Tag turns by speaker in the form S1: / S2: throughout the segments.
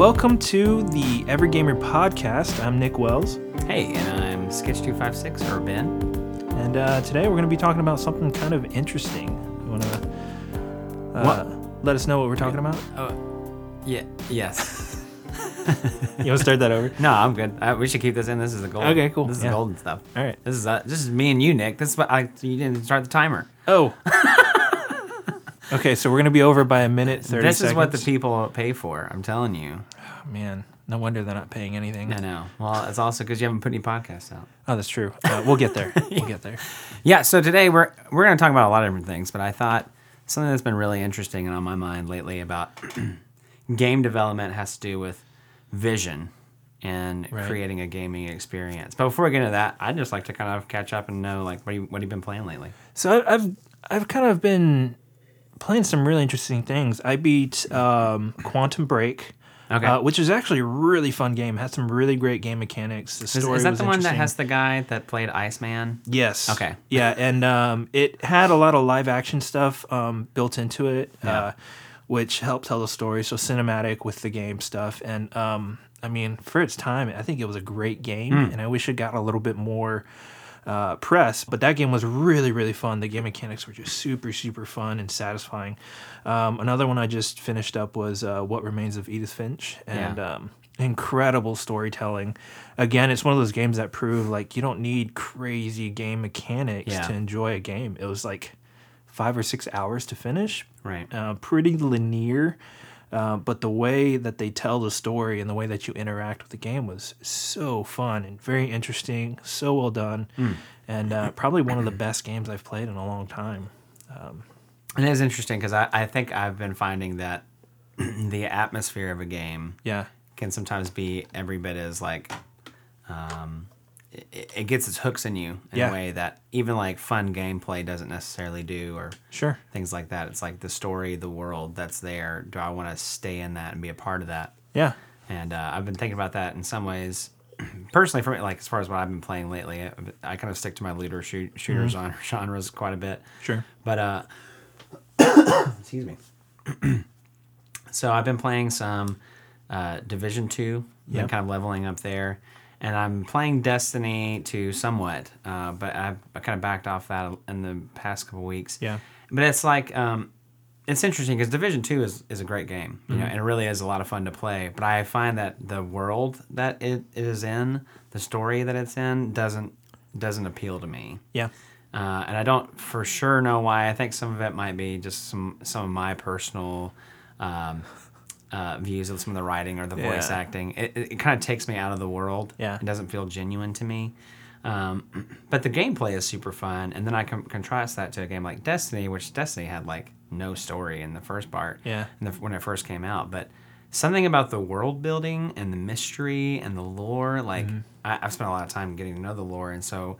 S1: Welcome to the Every Gamer podcast. I'm Nick Wells,
S2: Hey, and I'm Sketch256 or Ben.
S1: and uh, today we're going to be talking about something kind of interesting. You want to uh, let us know what we're talking about?
S2: Oh, yeah, yes.
S1: You want to start that over?
S2: no, I'm good. Uh we should keep this in. This is the gold.
S1: Okay, cool.
S2: This is
S1: Yeah.
S2: the golden stuff.
S1: All right.
S2: This is uh, this is me and you, Nick. This is what I you didn't start the timer.
S1: Oh. okay, so we're going to be over by a minute thirty.
S2: this is what the
S1: seconds.
S2: people pay for. I'm telling you.
S1: Oh, man. No wonder they're not paying anything.
S2: I know. Well, it's also because you haven't put any podcasts out.
S1: Oh, that's true. Uh, we'll get there. We'll get there.
S2: Yeah. So today we're we're going to talk about a lot of different things, but I thought something that's been really interesting and on my mind lately about game development has to do with vision and
S1: Right.
S2: creating a gaming experience. But before we get into that, I'd just like to kind of catch up and know like what you, what have you been playing lately?
S1: So I- I've I've kind of been playing some really interesting things. I beat um, Quantum Break.
S2: Okay.
S1: Uh, which is actually a really fun game. It had some really great game mechanics. The
S2: Is,
S1: story
S2: is that
S1: was
S2: the one that
S1: interesting.
S2: has the guy that played Iceman?
S1: Yes.
S2: Okay.
S1: Yeah, and um, it had a lot of live action stuff um, built into it, uh, which helped tell the story. So cinematic with the game stuff, and um, I mean, for its time, I think it was a great game,
S2: Hmm.
S1: and I wish it got a little bit more. Uh, press, but that game was really, really fun. The game mechanics were just super, super fun and satisfying. Um, another one I just finished up was uh, What Remains of Edith Finch, and
S2: Yeah.
S1: um, incredible storytelling. Again, it's one of those games that prove like you don't need crazy game mechanics
S2: Yeah.
S1: to enjoy a game. It was like five or six hours to finish,
S2: Right.
S1: uh, pretty linear. Uh, but the way that they tell the story and the way that you interact with the game was so fun and very interesting, so well done, and uh, probably one of the best games I've played in a long time.
S2: And it is interesting because I, I think I've been finding that the atmosphere of a game
S1: Yeah,
S2: can sometimes be every bit as like um, it, it gets its hooks in you in
S1: Yeah.
S2: a way that even like fun gameplay doesn't necessarily do or
S1: sure.
S2: things like that it's like the story the world that's there do i want to stay in that and be a part of that
S1: Yeah,
S2: and uh, i've been thinking about that in some ways personally for me like as far as what i've been playing lately i, I kind of stick to my looter shoot, shooter genre genres quite a bit
S1: sure.
S2: but uh, excuse me. so I've been playing some uh, Division Two. Been
S1: Yep.
S2: kind of leveling up there, and I'm playing Destiny Two somewhat. Uh, but I've I kind of backed off that in the past couple weeks.
S1: Yeah.
S2: But it's like um, it's interesting because Division Two is, is a great game, you know, and it really is a lot of fun to play. But I find that the world that it, it is in, the story that it's in, doesn't doesn't appeal to me.
S1: Yeah,
S2: Uh, and I don't for sure know why. I think some of it might be just some some of my personal um, uh, views of some of the writing or the voice
S1: Yeah.
S2: acting. It, it, kind of takes me out of the world.
S1: Yeah.
S2: it doesn't feel genuine to me. Um, but the gameplay is super fun, and then I can contrast that to a game like Destiny, which Destiny had like no story in the first part.
S1: Yeah.
S2: in the, when it first came out, but something about the world building and the mystery and the lore. Like
S1: Mm-hmm.
S2: I, I've spent a lot of time getting to know the lore, and so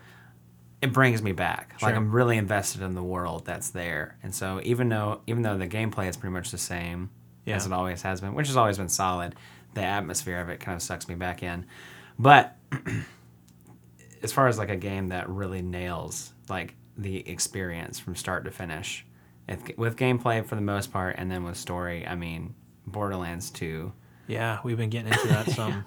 S2: it brings me back. Like
S1: Sure.
S2: I'm really invested in the world that's there, and so even though even though the gameplay is pretty much the same
S1: Yeah.
S2: as it always has been, which has always been solid, the atmosphere of it kind of sucks me back in. But as far as like a game that really nails like the experience from start to finish, if, with gameplay for the most part, and then with story, I mean Borderlands Two.
S1: yeah. We've been getting into that some.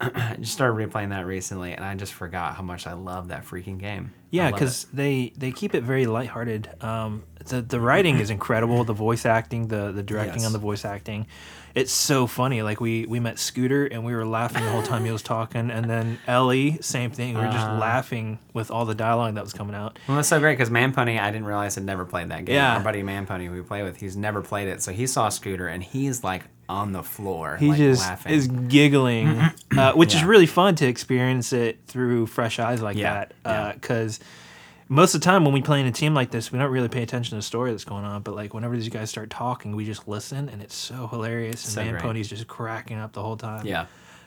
S2: I just started replaying that recently, and I just forgot how much I love that freaking game. I
S1: Yeah,
S2: love it.
S1: because they they keep it very lighthearted. Um, the the writing is incredible. The voice acting, the the directing
S2: Yes.
S1: on the voice acting, it's so funny. Like we we met Scooter and we were laughing the whole time he was talking, and then Ellie, same thing. We were just
S2: Ah.
S1: laughing with all the dialogue that was coming out.
S2: Well, that's so great because Manpony, I didn't realize had never played that game.
S1: Yeah.
S2: Our buddy Manpony, who we play with, he's never played it. So he saw Scooter and he's like on the floor.
S1: He
S2: like,
S1: just
S2: laughing.
S1: is giggling, uh, which is
S2: Yeah.
S1: really fun to experience it through fresh eyes like
S2: Yeah, yeah.
S1: that. Because most of the time when we play in a team like this, we don't really pay attention to the story that's going on. But like whenever these guys start talking, we just listen, and it's so hilarious. And
S2: So
S1: Man
S2: great.
S1: Pony's just cracking up the whole time.
S2: Yeah.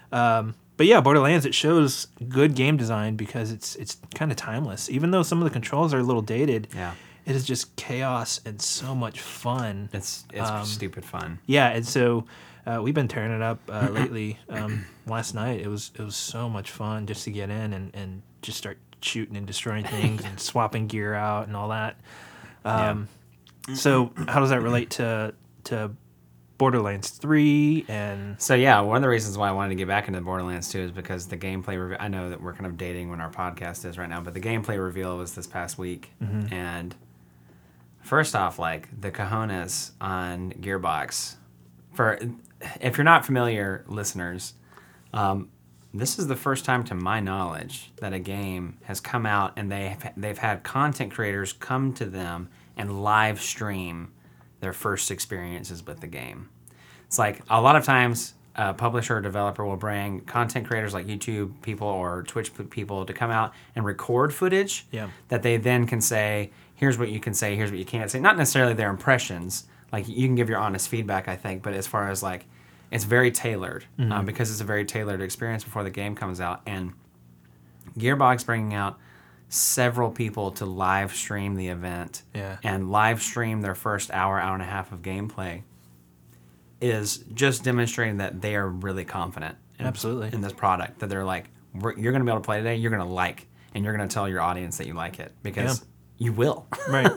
S1: But yeah, Borderlands it shows good game design because it's it's kind of timeless. Even though some of the controls are a little dated,
S2: Yeah.
S1: it is just chaos and so much fun.
S2: It's, it's
S1: Um,
S2: stupid fun.
S1: Yeah, and so uh, we've been tearing it up uh, lately. Um, last night it was it was so much fun just to get in and, and just start shooting and destroying things and swapping gear out and all that. Um, So how does that relate to to Borderlands Three and
S2: So yeah, one of the reasons why I wanted to get back into Borderlands 2 is because the gameplay. Re- I know that we're kind of dating when our podcast is right now, but the gameplay reveal was this past week,
S1: Mm-hmm.
S2: and first off, like the cojones on Gearbox. For if you're not familiar, listeners, um, this is the first time, to my knowledge, that a game has come out and they they've had content creators come to them and live stream their first experiences with the game. It's like a lot of times a publisher or developer will bring content creators like YouTube people or Twitch p- people to come out and record footage
S1: Yeah.
S2: that they then can say, here's what you can say, here's what you can't say. Not necessarily their impressions. Like you can give your honest feedback, I think, but as far as like, it's very tailored
S1: Mm-hmm.
S2: um, because it's a very tailored experience before the game comes out. And Gearbox bringing out several people to live stream the event
S1: Yeah.
S2: and live stream their first hour, hour and a half of gameplay is just demonstrating that they are really confident in,
S1: Absolutely.
S2: in this product. That they're like, We're, you're going to be able to play today, you're going to like, and you're going to tell your audience that you like it because you will.
S1: right.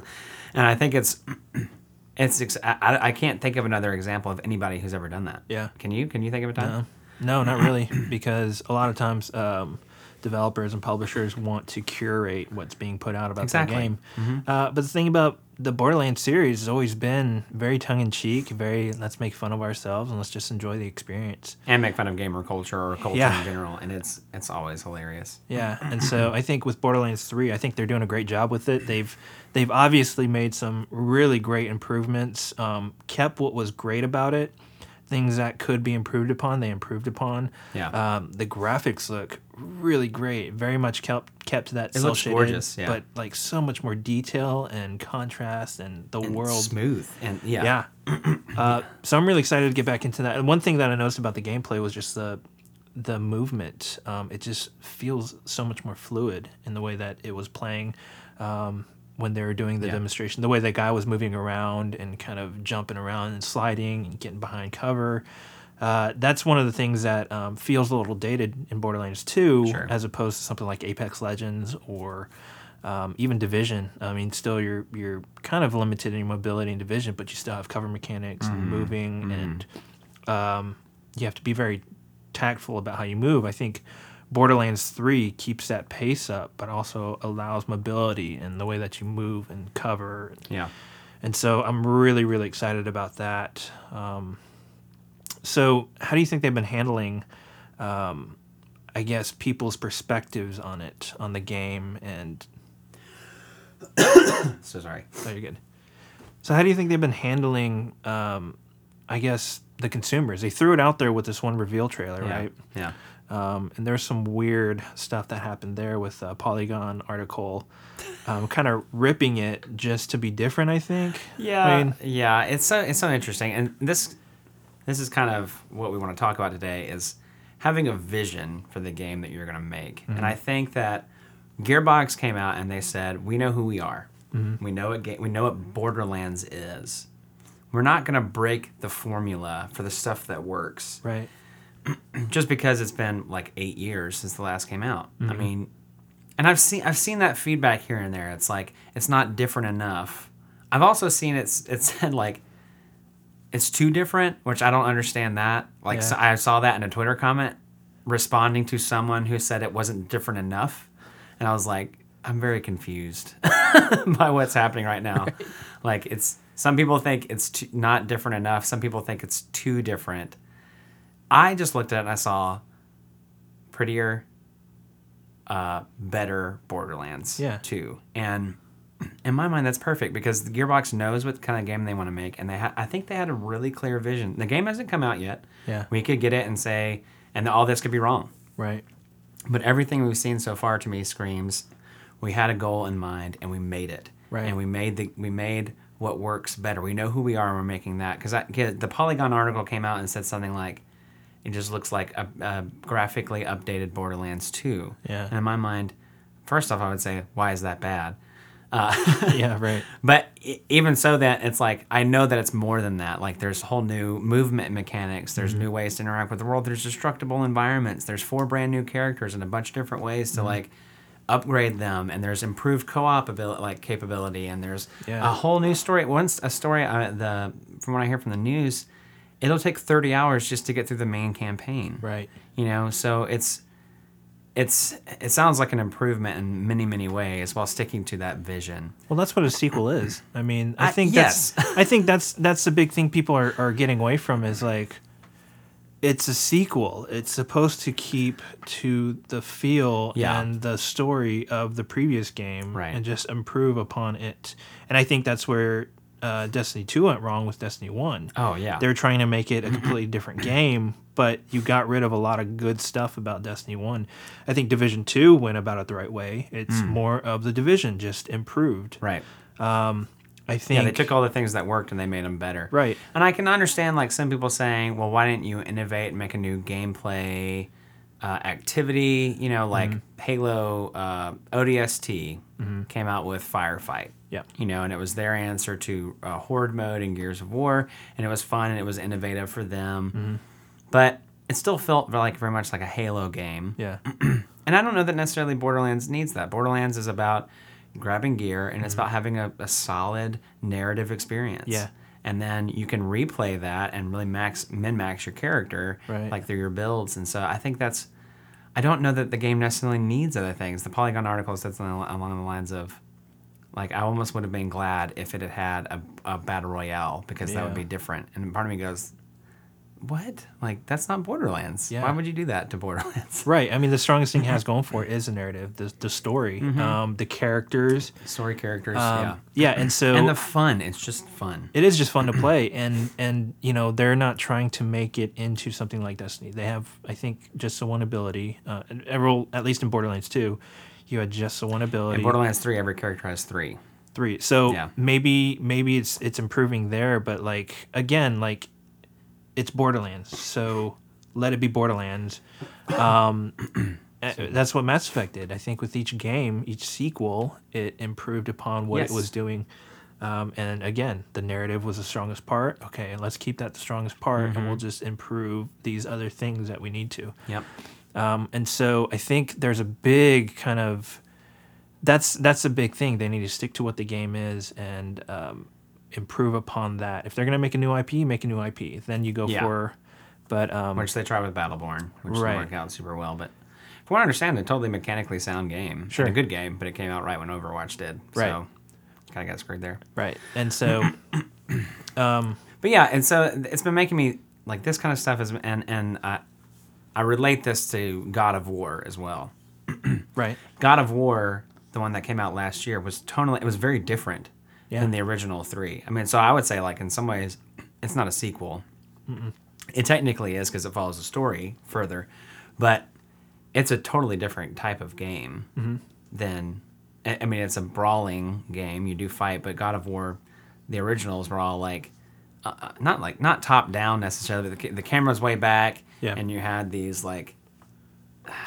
S2: and I think it's. It's ex- I, I- I can't think of another example of anybody who's ever done that.
S1: Yeah.
S2: Can you? Can you think of a time?
S1: No, not really, because a lot of times um, developers and publishers want to curate what's being put out about
S2: Exactly.
S1: the game. Uh, but the thing about the Borderlands series has always been very tongue in cheek, very let's make fun of ourselves and let's just enjoy the experience.
S2: And make fun of gamer culture or culture
S1: Yeah.
S2: in general, and it's it's always hilarious.
S1: Yeah, and so I think with Borderlands Three, I think they're doing a great job with it. They've they've obviously made some really great improvements. Um, kept what was great about it. Things that could be improved upon, they improved upon.
S2: Yeah.
S1: Um, the graphics look really great. Very much kept kept to that
S2: It
S1: cell
S2: looks
S1: shaded,
S2: gorgeous, yeah.
S1: but like so much more detail and contrast and the world
S2: smooth and yeah,
S1: yeah. uh, so I'm really excited to get back into that. And one thing that I noticed about the gameplay was just the the movement. Um, it just feels so much more fluid in the way that it was playing um, when they were doing the
S2: Yeah.
S1: demonstration. The way that guy was moving around and kind of jumping around and sliding and getting behind cover. Uh, that's one of the things that um, feels a little dated in Borderlands 2
S2: Sure.
S1: as opposed to something like Apex Legends or um, even Division. I mean, still you're you're kind of limited in your mobility in Division, but you still have cover mechanics
S2: Mm-hmm.
S1: and moving, and um, you have to be very tactful about how you move. I think Borderlands Three keeps that pace up, but also allows mobility and the way that you move and cover.
S2: yeah.
S1: And so I'm really really excited about that. Um, so how do you think they've been handling? Um, I guess people's perspectives on it, on the game, and
S2: So sorry.
S1: Oh, you're good. So, how do you think they've been handling, um, I guess, the consumers? They threw it out there with this one reveal trailer,
S2: Yeah.
S1: right?
S2: Yeah.
S1: Um, and there's some weird stuff that happened there with a Polygon article, um, kind of ripping it just to be different, I think.
S2: Yeah.
S1: I mean,
S2: yeah. It's so it's so interesting, and this this is kind of what we want to talk about today is having a vision for the game that you're going to make,
S1: Mm-hmm.
S2: and I think that Gearbox came out and they said we know who we are,
S1: Mm-hmm.
S2: we know what ga- we know what Borderlands is. We're not going to break the formula for the stuff that works.
S1: right.
S2: just because it's been like eight years since the last came out.
S1: Mm-hmm.
S2: I mean, and I've seen I've seen that feedback here and there. It's like it's not different enough. I've also seen it's it said like it's too different, which I don't understand that. Like
S1: Yeah.
S2: so I saw that in a Twitter comment responding to someone who said it wasn't different enough, and I was like, I'm very confused by what's happening right now. Like it's some people think it's too, not different enough. Some people think it's too different. I just looked at it and I saw prettier, uh, better Borderlands
S1: Yeah.
S2: 2. And in my mind, that's perfect because the Gearbox knows what kind of game they want to make. And they ha- I think they had a really clear vision. The game hasn't come out yet.
S1: Yeah.
S2: We could get it and say, and all this could be wrong.
S1: Right.
S2: But everything we've seen so far to me screams, we had a goal in mind and we made it.
S1: Right.
S2: And we made the we made what works better. We know who we are and we're making that because the Polygon article came out and said something like, it just looks like a, a graphically updated Borderlands 2.
S1: Yeah.
S2: And in my mind, first off, I would say, why is that bad?
S1: Yeah, right.
S2: But e- even so, that it's like I know that it's more than that. Like there's whole new movement mechanics. There's new ways to interact with the world. There's destructible environments. There's four brand new characters and a bunch of different ways to like upgrade them. And there's improved co-op abil- like capability. And there's
S1: Yeah.
S2: a whole new story. Once a story uh, the from what I hear from the news it'll take 30 hours just to get through the main campaign
S1: Right.
S2: you know so it's it's it sounds like an improvement in many many ways while sticking to that vision
S1: Well, that's what a sequel is. I mean, I
S2: Uh,
S1: think that's I think that's that's the big thing people are, are getting away from is like it's a sequel. It's supposed to keep to the feel
S2: Yeah.
S1: and the story of the previous game
S2: Right.
S1: and just improve upon it. And I think that's where uh, Destiny 2 went wrong with Destiny 1.
S2: oh yeah
S1: They're trying to make it a completely different game, but you got rid of a lot of good stuff about Destiny 1. I think Division 2 went about it the right way. It's
S2: Hmm.
S1: more of the Division just improved.
S2: right
S1: I think
S2: yeah they took all the things that worked and they made them better
S1: Right.
S2: and i can understand like some people saying well why didn't you innovate and make a new gameplay uh, activity you know like halo uh, odst came out with firefight
S1: Yep.
S2: you know, and it was their answer to uh, Horde mode and Gears of War, and it was fun and it was innovative for them. But it still felt very- like very much like a Halo game,
S1: Yeah.
S2: and I don't know that necessarily Borderlands needs that. Borderlands is about grabbing gear and it's about having a, a solid narrative experience.
S1: Mm-hmm. Yeah.
S2: And then you can replay that and really max min max your character
S1: Right.
S2: like through your builds. And so I think that's I don't know that the game necessarily needs other things. The Polygon article said something al- along the lines of like I almost would have been glad if it had had a, a battle royale because that would
S1: Yeah.
S2: be different. And part of me goes, "What? Like that's not Borderlands.
S1: Yeah.
S2: Why would you do that to Borderlands?"
S1: Right. I mean, the strongest thing it has going for it is the narrative, the, the story, um, the characters.
S2: Story characters, Mm-hmm. yeah.
S1: Um, yeah. And so
S2: and the fun it's just fun
S1: it is just fun to play. And, and, you know, they're not trying to make it into something like Destiny. They have, I think, just the one ability. Uh, and every- at least in Borderlands 2, you had just the one ability.
S2: in borderlands 3 every character has three
S1: three. So
S2: Yeah.
S1: maybe maybe it's it's improving there, but like again, like it's Borderlands, so let it be Borderlands. Um, uh, that's what Mass Effect did. I think with each game, each sequel, it improved upon what
S2: Yes.
S1: it was doing. Um, and again, the narrative was the strongest part. Okay, let's keep that the strongest part, and
S2: Mm-hmm.
S1: we'll just improve these other things that we need to.
S2: yep
S1: Um, and so I think there's a big kind of that's that's a big thing. They need to stick to what the game is and um, improve upon that. If they're gonna make a new IP, make a new IP. Then you go
S2: Yeah.
S1: for, but um,
S2: which they tried with battleborn which
S1: Right.
S2: didn't work out super well but from what i understand a totally mechanically sound game sure a good game but it came out right when overwatch did
S1: Right.
S2: so kind of got screwed there
S1: right. And so
S2: But yeah, and so it's been making me like this kind of stuff is, and and I, I relate this to God of War as well.
S1: right,
S2: God of War, the one that came out last year, was totally it was very different
S1: Yeah.
S2: than the original three. I mean, so I would say like in some ways, it's not a sequel. It technically is because it follows the story further, but it's a totally different type of game
S1: Mm-hmm.
S2: than. I I mean, it's a brawling game. You do fight, but God of War, the originals were all like, uh, uh, not like not top down necessarily. But the, ca- the camera's way back,
S1: Yeah.
S2: and you had these like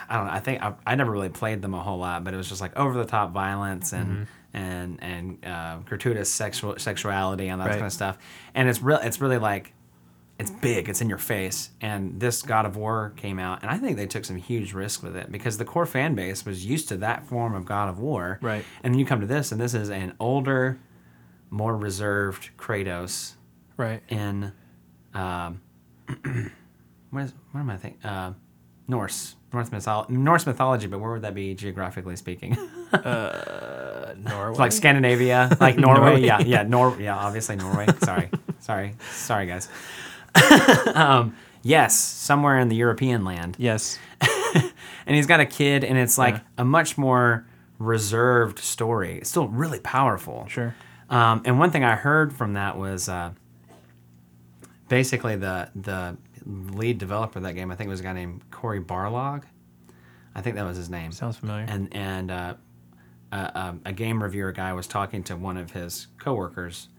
S2: I don't know. I think I, I never really played them a whole lot, but it was just like over the top violence and
S1: Mm-hmm.
S2: and and uh, gratuitous sexual sexuality and that
S1: Right.
S2: kind of stuff. And it's real. It's really like it's big. It's in your face. And this God of War came out, and I think they took some huge risk with it because the core fan base was used to that form of God of War.
S1: Right.
S2: And then you come to this, and this is an older, more reserved Kratos
S1: right,
S2: in um, what is what am I thinking? Uh, Norse Norse mythology Norse mythology, but where would that be geographically speaking?
S1: uh, Norway.
S2: like Scandinavia, like Norway.
S1: Norway.
S2: Yeah, yeah, Nor yeah, obviously Norway. Sorry, sorry, sorry, guys. um, yes, somewhere in the European land
S1: yes,
S2: and he's got a kid, and it's like a much more reserved story. It's still really powerful.
S1: Sure.
S2: Um, and one thing I heard from that was uh, basically the the lead developer of that game. I think it was a guy named Corey Barlog. I think that was his name
S1: sounds familiar.
S2: and and uh, a- a, a game reviewer guy was talking to one of his coworkers,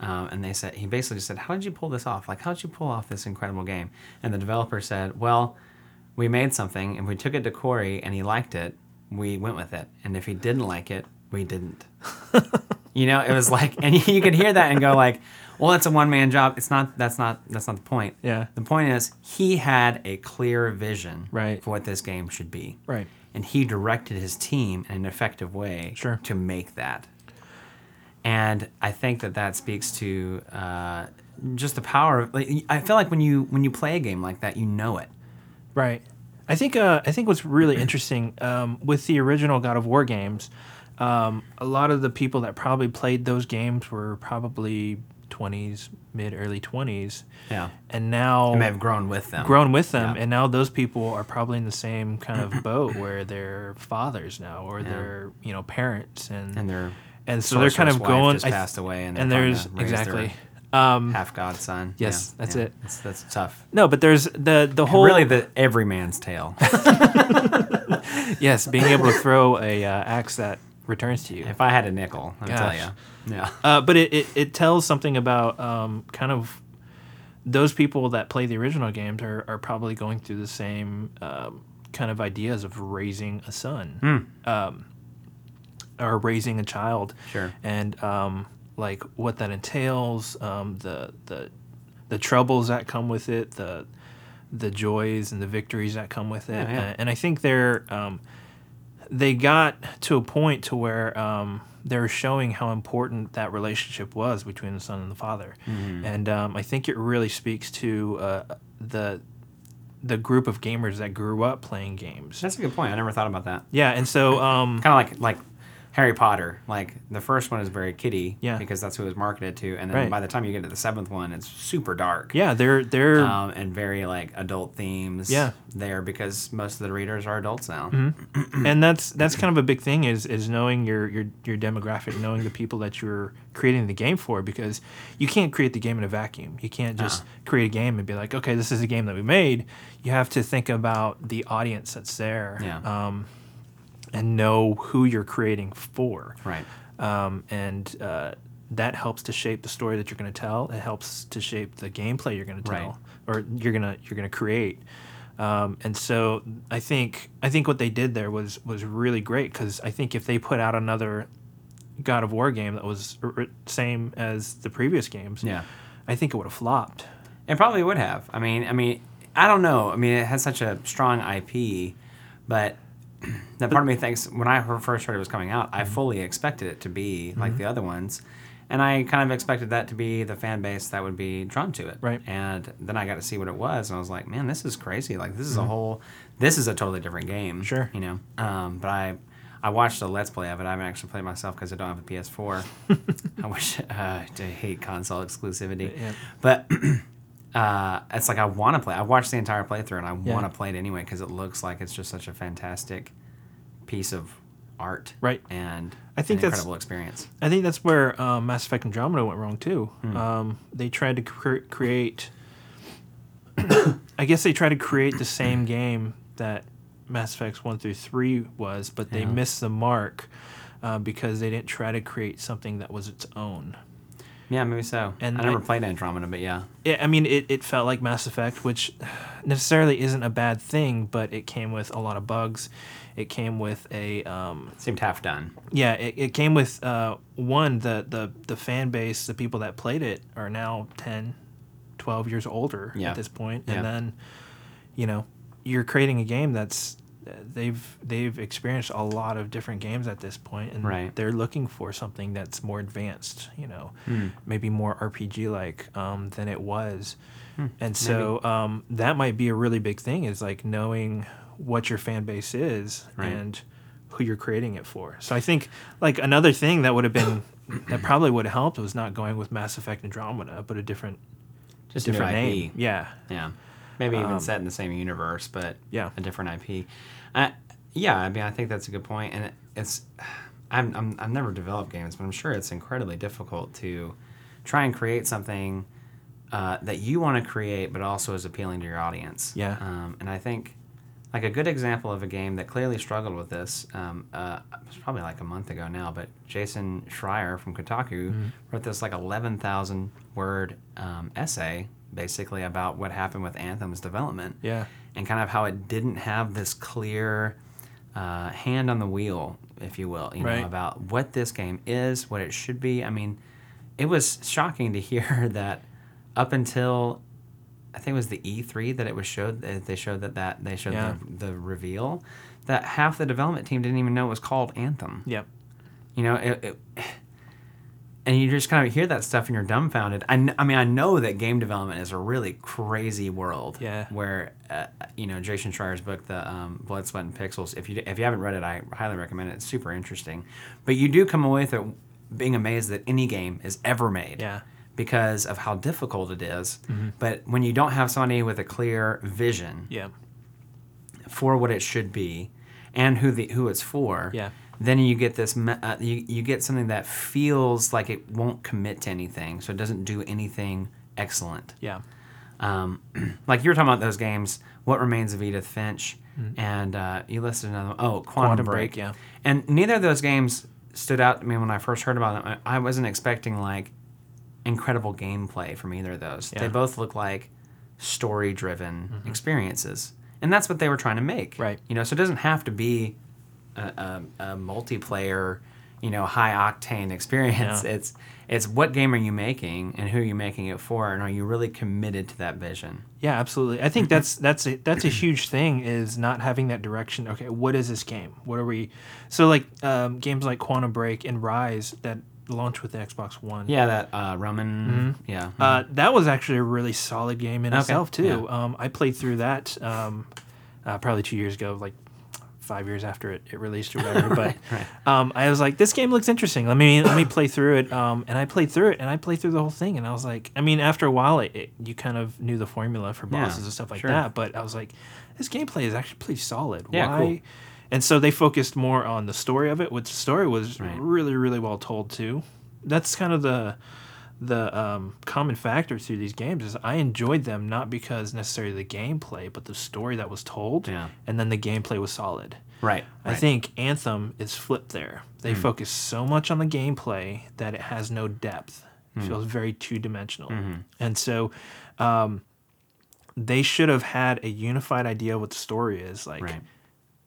S2: um, and they said he basically said, "How did you pull this off? Like, how did you pull off this incredible game?" And the developer said, "Well, we made something, and we took it to Corey, and he liked it. We went with it, and if he didn't like it, we didn't." You know, it was like, and you could hear that and go like, "Well, it's a one man job. It's not. That's not. That's not the point.
S1: Yeah.
S2: The point is, he had a clear vision,
S1: Right.
S2: for what this game should be,
S1: Right.
S2: And he directed his team in an effective way,
S1: Sure.
S2: to make that. And I think that that speaks to uh, just the power of like I feel like when you when you play a game like that, you know it.
S1: Right. I think uh, I think what's really interesting um, with the original God of War games, um, a lot of the people that probably played those games were probably 20s, mid early 20s,
S2: Yeah.
S1: and now
S2: I may have grown with them.
S1: grown with them,
S2: Yeah.
S1: and now those people are probably in the same kind of boat where they're fathers now, or they're you know parents, and
S2: and they're
S1: and so they're kind of going.
S2: just
S1: I th-
S2: passed away, and,
S1: and
S2: they're trying
S1: there's
S2: to raise their
S1: exactly. Um,
S2: half god son.
S1: Yes, that's it.
S2: That's, that's tough.
S1: no, but there's the the whole
S2: really, the every man's tale.
S1: yes, being able to throw a uh, axe that returns to you.
S2: if I had a nickel, I'll tell
S1: Gosh.
S2: you. Yeah.
S1: Uh, but it, it, it tells something about um, kind of those people that play the original games are, are probably going through the same um, kind of ideas of raising a son um, or raising a child
S2: Sure.
S1: and um, like what that entails um, the, the the troubles that come with it the the joys and the victories that come with it
S2: Oh, Yeah, yeah.
S1: And, and I think they're um, they got to a point to where um, they were showing how important that relationship was between the son and the father,
S2: Mm-hmm.
S1: and um, I think it really speaks to uh, the the group of gamers that grew up playing games.
S2: That's a good point. I never thought about that.
S1: Yeah, and so um,
S2: Kind of like like Harry Potter. Like the first one is very kiddie,
S1: Yeah.
S2: because that's who it was marketed to, and then
S1: Right.
S2: by the time you get to the seventh one, it's super dark.
S1: yeah, they're they're
S2: Um, and very like adult themes
S1: Yeah. Mm-hmm.
S2: there because most of the readers are adults now.
S1: and that's that's kind of a big thing is is knowing your your your demographic, knowing the people that you're creating the game for, because you can't create the game in a vacuum. You can't just create a game and be like, okay, this is a game that we made. You have to think about the audience that's there,
S2: Yeah.
S1: um, and know who you're creating for,
S2: Right.
S1: um, and uh, that helps to shape the story that you're going to tell. It helps to shape the gameplay you're going to tell, or you're gonna you're gonna create. Um, and so I think I think what they did there was was really great because I think if they put out another God of War game that was r- r- same as the previous games,
S2: Yeah.
S1: I think it would have flopped.
S2: It probably would have. I mean, I mean, I don't know. I mean, it has such a strong IP, but that part of me thinks when I heard- first heard it was coming out, I
S1: Mm-hmm.
S2: fully expected it to be like the other ones, and I kind of expected that to be the fan base that would be drawn to it.
S1: Right.
S2: And then I got to see what it was, and I was like, man, this is crazy. Like, this is a whole, this is a totally different game.
S1: Mm-hmm. Sure.
S2: You know. Um, but I. I watched the Let's Play of it. I haven't actually played it myself because I don't have a PS4. I wish uh, I hate console exclusivity.
S1: Yeah.
S2: But uh, it's like I want to play. I watched the entire playthrough and I
S1: Yeah.
S2: want to play it anyway because it looks like it's just such a fantastic piece of art.
S1: Right.
S2: And
S1: I think
S2: an
S1: that's-
S2: incredible experience.
S1: I think that's where um, Mass Effect Andromeda went wrong too. Um, they tried to cr- create. I guess they tried to create the same game that Mass Effects one through three was, but they
S2: Yeah.
S1: missed the mark uh, because they didn't try to create something that was its own.
S2: Yeah, maybe so.
S1: And
S2: I never
S1: I-
S2: played Andromeda, but yeah.
S1: Yeah, I mean, it, it felt like Mass Effect, which necessarily isn't a bad thing, but it came with a lot of bugs. It came with a um,
S2: It seemed half done.
S1: Yeah, it, it came with uh, one, the, the, the fan base, the people that played it are now 10, 12 years older
S2: Yeah.
S1: at this point.
S2: Yeah.
S1: And then, you know, you're creating a game that's, uh, they've they've experienced a lot of different games at this point and
S2: Right.
S1: they're looking for something that's more advanced you know
S2: Hmm.
S1: maybe more rpg like um, than it was
S2: Hmm.
S1: and so um, that might be a really big thing is like knowing what your fan base is
S2: Right.
S1: and who you're creating it for so i think like another thing that would have been that probably would have helped was not going with mass effect andromeda but a different
S2: Just a new
S1: different
S2: IP.
S1: name Um, yeah
S2: Yeah. Maybe even set in the same universe, but
S1: Yeah.
S2: a different IP. I, yeah, I mean, I think that's a good point, and it, it's. I'm, I'm I've never developed games, but I'm sure it's incredibly difficult to try and create something uh, that you want to create, but also is appealing to your audience.
S1: Yeah.
S2: Um, and I think like a good example of a game that clearly struggled with this um, uh, it was probably like a month ago now, but Jason Schreier from Kotaku
S1: Mm-hmm.
S2: wrote this like 11,000 word um, essay basically about what happened with Anthem's development
S1: yeah
S2: and kind of how it didn't have this clear uh, hand on the wheel, if you will, you
S1: Right.
S2: know, about what this game is, what it should be. I mean, it was shocking to hear that up until I think it was the E3 that it was showed. that They showed that that they showed
S1: Yeah.
S2: the, the reveal that half the development team didn't even know it was called Anthem.
S1: yep
S2: You know, it, it, and you just kind of hear that stuff and you're dumbfounded. I, kn- I mean, I know that game development is a really crazy world.
S1: Yeah.
S2: Where, uh, you know, Jason Schreier's book, The um, Blood, Sweat, and Pixels, if you, if you haven't read it, I highly recommend it. It's super interesting. But you do come away with it being amazed that any game is ever made.
S1: Yeah. Mm-hmm.
S2: Because of how difficult it is. But when you don't have somebody with a clear vision
S1: Yeah.
S2: for what it should be and who the who it's for
S1: Yeah.
S2: then you get this me- uh, you, you get something that feels like it won't commit to anything so it doesn't do anything excellent
S1: Yeah.
S2: um, like you were talking about those games what remains of edith finch and uh, you listed another one. oh quantum,
S1: Mm-hmm. Quantum
S2: break.
S1: Break, yeah.
S2: and neither of those games stood out to me when i first heard about them i I wasn't expecting like incredible gameplay from either of those they
S1: Yeah. Mm-hmm.
S2: both look like story driven experiences and that's what they were trying to make
S1: Right.
S2: you know so it doesn't have to be a, a, a multiplayer you know high octane experience
S1: Yeah.
S2: it's it's what game are you making and who are you making it for and are you really committed to that vision
S1: Yeah, absolutely. I think that's that's a, that's a huge thing is not having that direction. Okay, what is this game? What are we? So like um, games like Quantum Break and Rise that launched with the Xbox One.
S2: yeah that uh roman yeah
S1: Uh, that was actually a really solid game in itself too.
S2: yeah.
S1: Um, I played through that um, uh, probably two years ago, like five years after it, it released or whatever. but Um, I was like, this game looks interesting. Let me let me play through it. Um, and I played through it, and I played through the whole thing. And I was like, I mean, after a while, it, it, you kind of knew the formula for
S2: Yeah,
S1: bosses and stuff like
S2: sure.
S1: that. But I was like, this gameplay is actually pretty solid.
S2: Yeah,
S1: Why?
S2: cool.
S1: And so they focused more on the story of it, which the story was
S2: Right.
S1: really really well told too. That's kind of the the um, common factor through these games is I enjoyed them not because necessarily the gameplay, but the story that was told,
S2: Yeah.
S1: and then the gameplay was solid.
S2: hmm, right,
S1: I
S2: right. Hmm.
S1: think Anthem is flipped there. They focus so much on the gameplay that it has no depth. It
S2: Hmm.
S1: feels very two dimensional.
S2: Mm-hmm.
S1: And so um, they should have had a unified idea of what the story is like
S2: Right.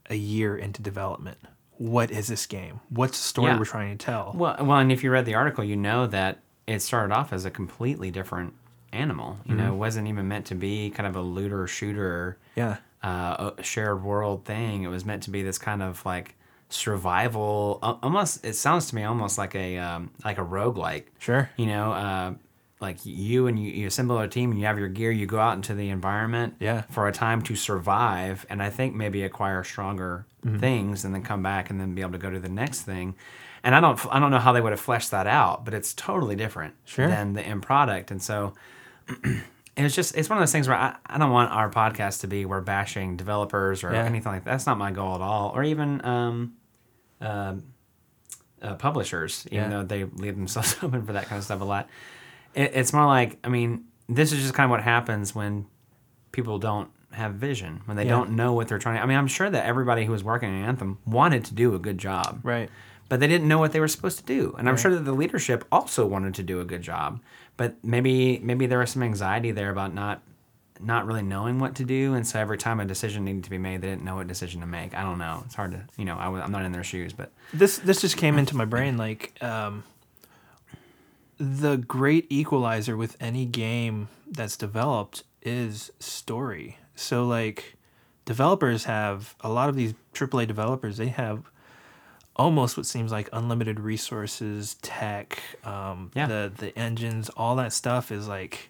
S1: a year into development. What is this game? What's the story
S2: Yeah.
S1: we're trying to tell?
S2: Well, well, and if you read the article, you know that it started off as a completely different animal. You
S1: Mm-hmm.
S2: know, it wasn't even meant to be kind of a looter shooter,
S1: yeah.
S2: uh, a shared world thing. It was meant to be this kind of like survival. al- Almost, it sounds to me almost like a um, like a roguelike.
S1: Sure.
S2: You know, uh, like you and you, you assemble a team and you have your gear. You go out into the environment
S1: Yeah.
S2: for a time to survive, and I think maybe acquire stronger
S1: Mm-hmm.
S2: things, and then come back and then be able to go to the next thing. And I don't, I don't know how they would have fleshed that out, but it's totally different
S1: Sure.
S2: than the end product. And so it's just, it's one of those things where I, I don't want our podcast to be we're bashing developers or
S1: Yeah.
S2: anything like that. That's not my goal at all, or even um, uh, publishers, even
S1: Yeah.
S2: though they leave themselves open for that kind of stuff a lot. It, it's more like, I mean, this is just kind of what happens when people don't have vision, when they
S1: Yeah.
S2: don't know what they're trying. I mean, I'm sure that everybody who was working on Anthem wanted to do a good job,
S1: Right.
S2: but they didn't know what they were supposed to do. And I'm sure that the leadership also wanted to do a good job, but maybe maybe there was some anxiety there about not not really knowing what to do, and so every time a decision needed to be made, they didn't know what decision to make. I don't know. It's hard to, you know, I, was- I'm not in their shoes, but
S1: this this just came into my brain like um, the great equalizer with any game that's developed is story so like developers have a lot of these aaa developers they have almost what seems like unlimited resources tech um,
S2: Yeah.
S1: the, the engines all that stuff is like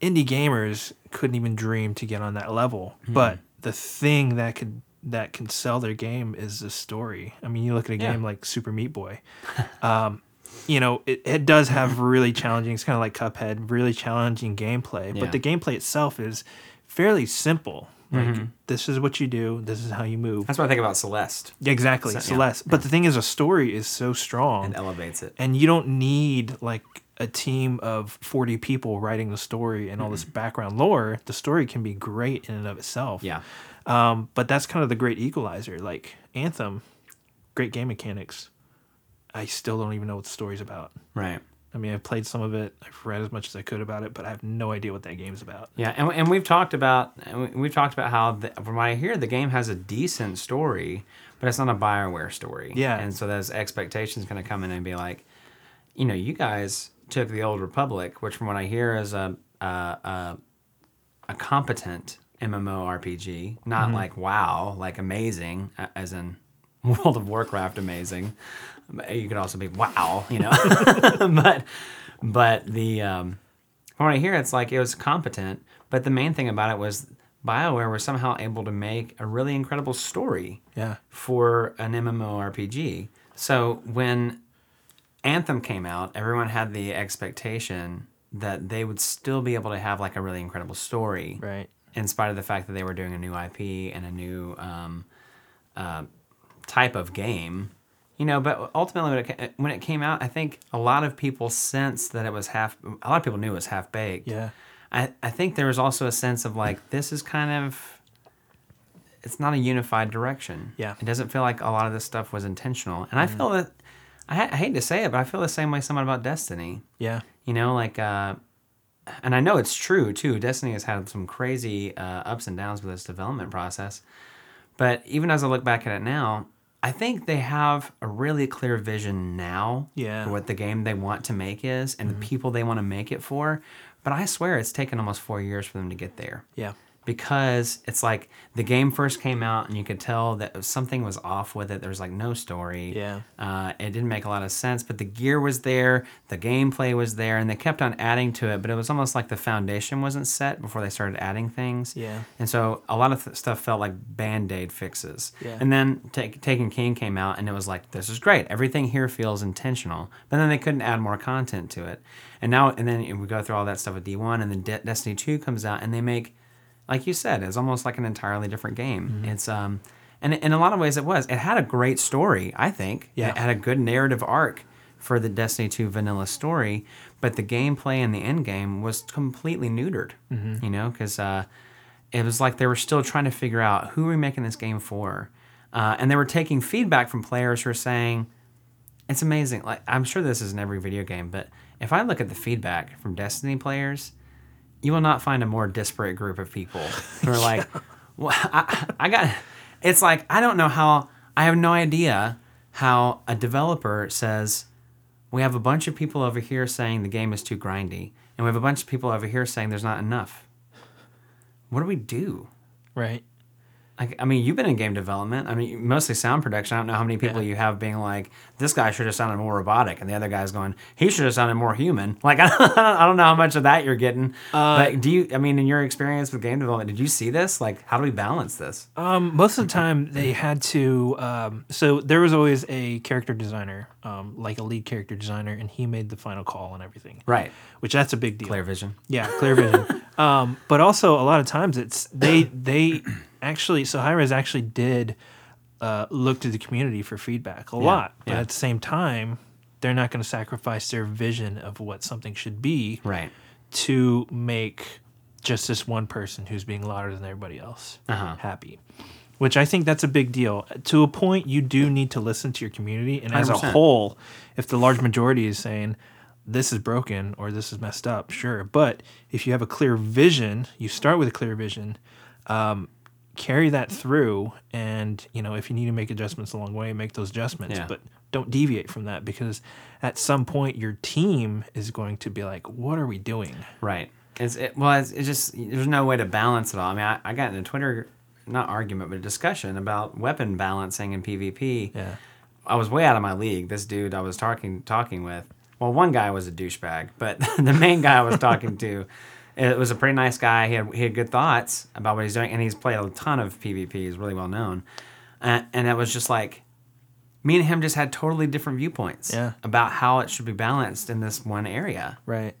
S1: indie gamers couldn't even dream to get on that level.
S2: Hmm.
S1: But the thing that could that can sell their game is the story. I mean, you look at a
S2: Yeah.
S1: game like Super Meat Boy. Um, you know, it, it does have really challenging. It's kind of like Cuphead, really challenging gameplay.
S2: Yeah.
S1: But the gameplay itself is fairly simple. Like
S2: Mm-hmm.
S1: this is what you do. This is how you move.
S2: that's what I think about Celeste.
S1: Exactly,
S2: So- yeah,
S1: Celeste. But the thing is, a story is so strong
S2: and uh, elevates it.
S1: and you don't need like a team of 40 people writing the story and all this background lore the story can be great in and of itself
S2: Yeah.
S1: um, but that's kind of the great equalizer like anthem great game mechanics i still don't even know what the story's about
S2: Right.
S1: i mean i've played some of it i've read as much as i could about it but i have no idea what that game's about
S2: Yeah, and, and we've talked about and we- we've talked about how the, from what I hear, the game has a decent story, but it's not a Bioware story.
S1: Yeah.
S2: and so those expectations kind of come in and be like, you know, you guys took the Old Republic, which from what I hear is a a, a, a competent MMORPG, not like wow, like amazing, a- as in World of Warcraft amazing. You could also be wow, you know. but but the um, from what I hear, it's like it was competent. But the main thing about it was BioWare was somehow able to make a really incredible story
S1: Yeah.
S2: for an MMORPG. So when Anthem came out, everyone had the expectation that they would still be able to have like a really incredible story,
S1: Right.
S2: in spite of the fact that they were doing a new IP and a new um, uh, type of game. You know, but ultimately, when it, ca- when it came out, I think a lot of people sensed that it was half. A lot of people knew it was half baked.
S1: Yeah.
S2: I, I think there was also a sense of like this is kind of it's not a unified direction.
S1: Yeah. Mm-hmm.
S2: It doesn't feel like a lot of this stuff was intentional. And I feel that I, ha- I hate to say it, but I feel the same way somewhat about Destiny.
S1: Yeah.
S2: You know, like uh and I know it's true too. Destiny has had some crazy uh, ups and downs with its development process. But even as I look back at it now, I think they have a really clear vision now
S1: Yeah. Mm-hmm.
S2: for what the game they want to make is and the people they want to make it for. But I swear it's taken almost four years for them to get there
S1: Yeah.
S2: because it's like the game first came out and you could tell that something was off with it. There was like no story.
S1: Yeah.
S2: Uh, it didn't make a lot of sense, but the gear was there, the gameplay was there, and they kept on adding to it. But it was almost like the foundation wasn't set before they started adding things.
S1: Yeah.
S2: And so a lot of th- stuff felt like band aid fixes.
S1: Yeah.
S2: And then take Taken King came out and it was like, this is great. Everything here feels intentional. But then they couldn't add more content to it. And now, and then we go through all that stuff with D1, and then De- Destiny 2 comes out and they make, like you said, it's almost like an entirely different game.
S1: Mm-hmm.
S2: It's, um, and in a lot of ways it was. It had a great story, I think.
S1: Yeah.
S2: It had a good narrative arc for the Destiny 2 vanilla story, but the gameplay and the end game was completely neutered, you know, because uh, it was like they were still trying to figure out who are we making this game for. Uh, and they were taking feedback from players who are saying, it's amazing. Like I'm sure this is in every video game, but if I look at the feedback from Destiny players, you will not find a more disparate group of people who are like, well, I, I got. It's like I don't know how. I have no idea how a developer says we have a bunch of people over here saying the game is too grindy, and we have a bunch of people over here saying there's not enough. What do we do?
S1: Right.
S2: Like, I mean, you've been in game development. I mean, mostly sound production. I don't know how many people you have being like, this guy should have sounded more robotic, and the other guy's going, he should have sounded more human. Like, I don't, I don't know how much of that you're getting. but do you? I mean, in your experience with game development, did you see this? Like, how do we balance this?
S1: Um, most of the time, they had to. Um, so there was always a character designer, um, like a lead character designer, and he made the final call on everything.
S2: Right.
S1: Which that's a big deal.
S2: Player vision.
S1: Yeah, clear vision. um, but also, a lot of times it's they they actually so Hi-Rez actually did uh, look to the community for feedback a lot, but
S2: yeah.
S1: at the same time, they're not going to sacrifice their vision of what something should be
S2: Right.
S1: to make just this one person who's being louder than everybody else
S2: Uh-huh.
S1: happy. Which I think that's a big deal. To a point, you do need to listen to your community. And as a
S2: 100%.
S1: whole, if the large majority is saying, this is broken or this is messed up, sure. But if you have a clear vision, you start with a clear vision, um, carry that through. And, you know, if you need to make adjustments along the way, make those adjustments.
S2: Yeah.
S1: But don't deviate from that because at some point your team is going to be like, what are we doing?
S2: Right. It's it, well, it's, it's just there's no way to balance it all. I mean, I, I got in a Twitter not argument but a discussion about weapon balancing in PvP.
S1: Yeah.
S2: I was way out of my league. This dude I was talking talking with. Well, one guy was a douchebag, but the main guy I was talking to, it was a pretty nice guy. He had he had good thoughts about what he's doing, and he's played a ton of PvP. He's really well known, uh, and it was just like me and him just had totally different viewpoints
S1: Yeah.
S2: about how it should be balanced in this one area
S1: Right.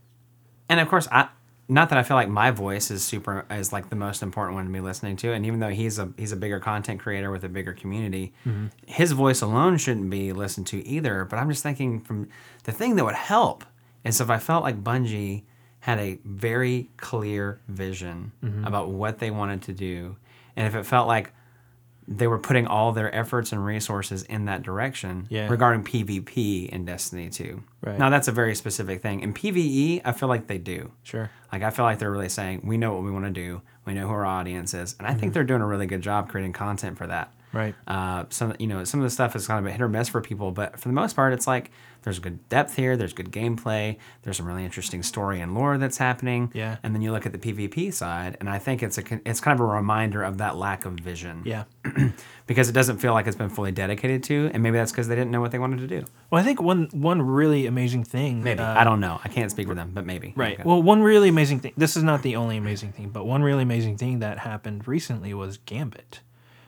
S2: and of course i not that i feel like my voice is super is like the most important one to be listening to and even though he's a he's a bigger content creator with a bigger community
S1: Mm-hmm.
S2: his voice alone shouldn't be listened to either but i'm just thinking from the thing that would help is if i felt like bungie had a very clear vision
S1: Mm-hmm.
S2: about what they wanted to do and if it felt like they were putting all their efforts and resources in that direction
S1: Yeah.
S2: regarding PvP in Destiny 2.
S1: Right.
S2: Now that's a very specific thing. In PvE, E, I feel like they do.
S1: Sure.
S2: Like I feel like they're really saying, we know what we want to do, we know who our audience is, and I think they're doing a really good job creating content for that.
S1: Mm-hmm. Right.
S2: Uh, some you know some of the stuff is kind of a hit or miss for people, but for the most part, it's like there's good depth here, there's good gameplay, there's some really interesting story and lore that's happening.
S1: Yeah.
S2: And then you look at the PvP side, and I think it's a con- it's kind of a reminder of that lack of vision.
S1: Yeah.
S2: Because it doesn't feel like it's been fully dedicated to, and maybe that's because they didn't know what they wanted to do.
S1: Well, I think one one really amazing thing.
S2: Maybe
S1: uh,
S2: I don't know. I can't speak for them, but maybe.
S1: Right.
S2: Okay.
S1: Well, one really amazing thing. This is not the only amazing thing, but one really amazing thing that happened recently was Gambit.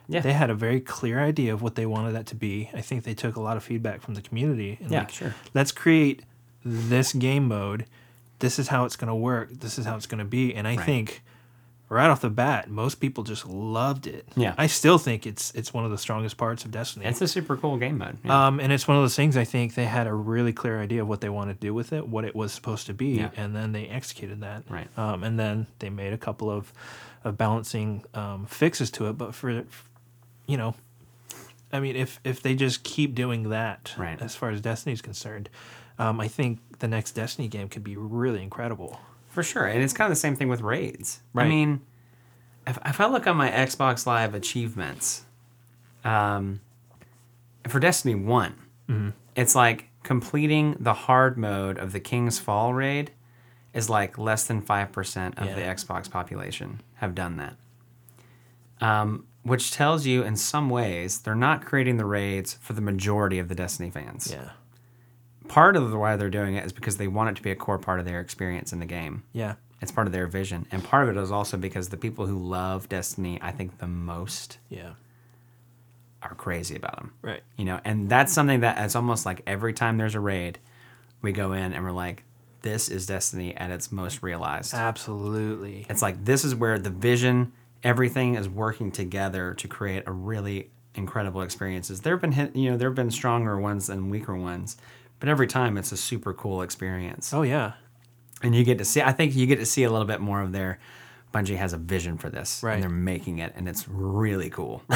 S2: Yeah.
S1: They had a very clear idea of what they wanted that to be. I think they took a lot of feedback from the community. And
S2: Yeah,
S1: like,
S2: sure.
S1: Let's create this game mode. This is how it's going to work. This is how it's going to be. And I think right off the bat, most people just loved it.
S2: Yeah.
S1: I still think it's it's one of the strongest parts of Destiny.
S2: it's a super cool game mode. Yeah.
S1: Um, and it's one of those things I think they had a really clear idea of what they wanted to do with it, what it was supposed to be,
S2: Yeah.
S1: and then they executed that.
S2: Right.
S1: Um, and then they made a couple of, of balancing um, fixes to it. But for, you know, I mean, if if they just keep doing that,
S2: Right.
S1: as far as Destiny's concerned, um, I think the next Destiny game could be really incredible.
S2: For sure. And it's kind of the same thing with raids.
S1: Right.
S2: I mean, if, if I look on my Xbox Live achievements, um, for Destiny one it's like completing the hard mode of the King's Fall raid is like less than 5% of
S1: Yeah.
S2: the Xbox population have done that. Um, which tells you, in some ways, they're not creating the raids for the majority of the Destiny fans.
S1: Yeah.
S2: Part of the why they're doing it is because they want it to be a core part of their experience in the game.
S1: Yeah.
S2: It's part of their vision. And part of it is also because the people who love Destiny, I think the most,
S1: Yeah.
S2: are crazy about them.
S1: Right.
S2: You know, and that's something that it's almost like every time there's a raid, we go in and we're like, this is Destiny at its most realized.
S1: Uh, Absolutely.
S2: It's like this is where the vision, everything is working together to create a really incredible experiences. There have been hit, you know, there have been stronger ones and weaker ones, but every time it's a super cool experience.
S1: Oh yeah.
S2: and you get to see i think you get to see a little bit more of their bungie has a vision for this
S1: Right.
S2: and they're making it and it's really cool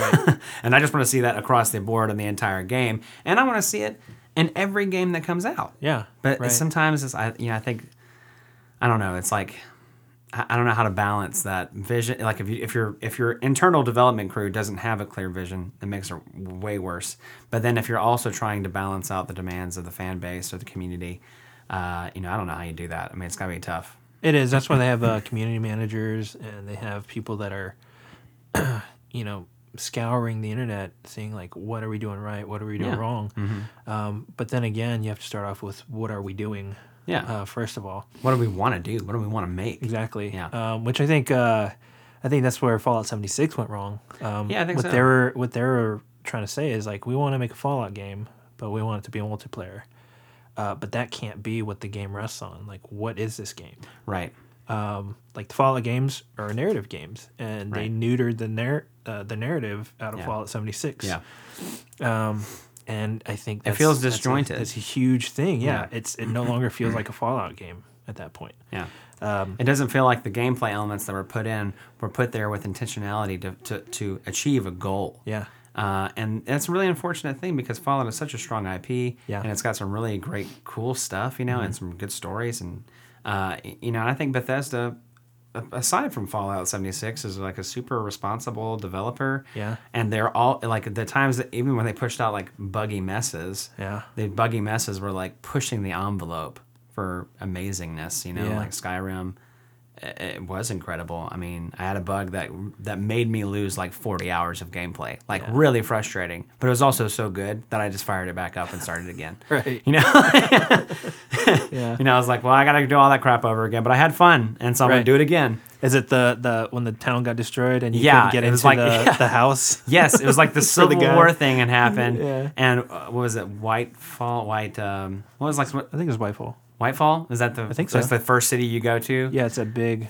S2: and i just want to see that across the board in the entire game and i want to see it in every game that comes out
S1: Yeah.
S2: but
S1: right.
S2: sometimes it's i you know i think i don't know it's like I I don't know how to balance that vision. Like if you if your if your internal development crew doesn't have a clear vision, it makes it way worse. But then if you're also trying to balance out the demands of the fan base or the community, uh, you know I don't know how you do that. I mean it's gotta be tough.
S1: It is. That's why they have uh, community managers and they have people that are, you know, scouring the internet, seeing like what are we doing right, what are we doing
S2: Yeah. Mm-hmm.
S1: wrong. Um, but then again, you have to start off with what are we doing.
S2: Yeah.
S1: Uh, first of all,
S2: what do we want to do? What do we want to make?
S1: exactly.
S2: Yeah.
S1: Um, which I think, uh, I think that's where Fallout seventy six went wrong. Um,
S2: Yeah, I think
S1: what
S2: so.
S1: they were what they were trying to say is like we want to make a Fallout game, but we want it to be multiplayer. Uh, but that can't be what the game rests on. Like, what is this game?
S2: Right.
S1: um, like the Fallout games are narrative games, and they
S2: Right.
S1: neutered the narr- uh, the narrative out of
S2: Yeah.
S1: Fallout seventy six.
S2: Yeah.
S1: Um, and I think that's,
S2: feels
S1: that's a-
S2: disjointed.
S1: That's a, huge thing. Yeah,
S2: Yeah.
S1: It's it no longer feels like a Fallout game at that point.
S2: Yeah.
S1: Um,
S2: it doesn't feel like the gameplay elements that were put in were put there with intentionality to, to, to achieve a goal.
S1: Yeah.
S2: Uh, and that's a really unfortunate thing because Fallout is such a strong IP.
S1: Yeah. Mm-hmm.
S2: And it's got some really great, cool stuff, you know, and some good stories. And, uh, y- you know, and I think Bethesda, a- aside from Fallout 76, is like a super responsible developer.
S1: Yeah.
S2: And they're all like the times that even when they pushed out like buggy messes,
S1: Yeah.
S2: the buggy messes were like pushing the envelope for amazingness, you know,
S1: Yeah.
S2: like Skyrim. i- It was incredible. I mean, I had a bug that that made me lose like 40 hours of gameplay, like really frustrating. But it was also so good that I just fired it back up and started again.
S1: Right.
S2: You know,
S1: Yeah.
S2: you know, I was like, well, I gotta do all that crap over again. But I had fun, and so I'm
S1: Right.
S2: gonna do it again.
S1: Is it the, the when the town got destroyed and you
S2: Yeah,
S1: couldn't get
S2: it
S1: into
S2: was like-
S1: the,
S2: yeah.
S1: the house?
S2: Yes, it was like the
S1: For the
S2: Civil
S1: guy.
S2: War thing had happened,
S1: Yeah.
S2: and uh, what was it? White Fall, White. Um, what was like?
S1: I think it was Whitefall.
S2: Whitefall? Is that the? I
S1: think
S2: That's
S1: so.
S2: the first city you go to.
S1: Yeah, it's a big,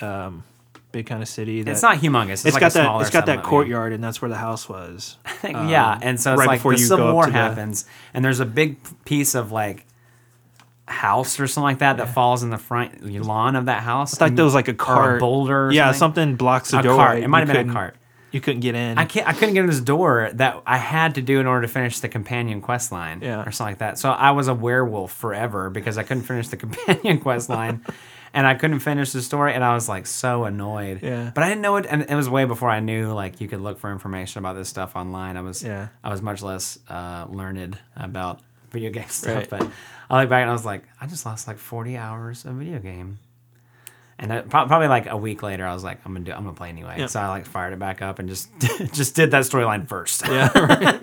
S1: um, big kind of city. That,
S2: It's not humongous. It's,
S1: It's
S2: like
S1: got
S2: a
S1: that.
S2: smaller
S1: It's got
S2: settlement,
S1: that
S2: yeah.
S1: courtyard, and that's where the house was.
S2: yeah, and so
S1: Um,
S2: it's
S1: right
S2: like
S1: before
S2: the
S1: you go
S2: Civil
S1: up
S2: War
S1: to the-
S2: happens, and there's a big p- piece of like house or something like that that falls in the front lawn of that house.
S1: It's like
S2: and-
S1: there was like
S2: or
S1: a cart,
S2: boulder, or
S1: yeah, something blocks the
S2: A
S1: door.
S2: cart.
S1: right?
S2: It might
S1: You
S2: have been a
S1: couldn't-
S2: cart.
S1: You couldn't get in.
S2: I can't. I couldn't get in this door that I had to do in order to finish the companion quest line,
S1: Yeah.
S2: or something like that. So I was a werewolf forever because I couldn't finish the companion quest line, and I couldn't finish the story, and I was like so annoyed.
S1: Yeah.
S2: But I didn't know it, and it was way before I knew like you could look for information about this stuff online. I was
S1: Yeah.
S2: I was much less uh, learned about video game
S1: Right.
S2: stuff, but I look back and I was like, I just lost like forty hours of video game. And I, prob- probably like a week later, I was like, I'm gonna do, I'm gonna play anyway.
S1: Yeah.
S2: So I like fired it back up and just just did that storyline first.
S1: Yeah. right.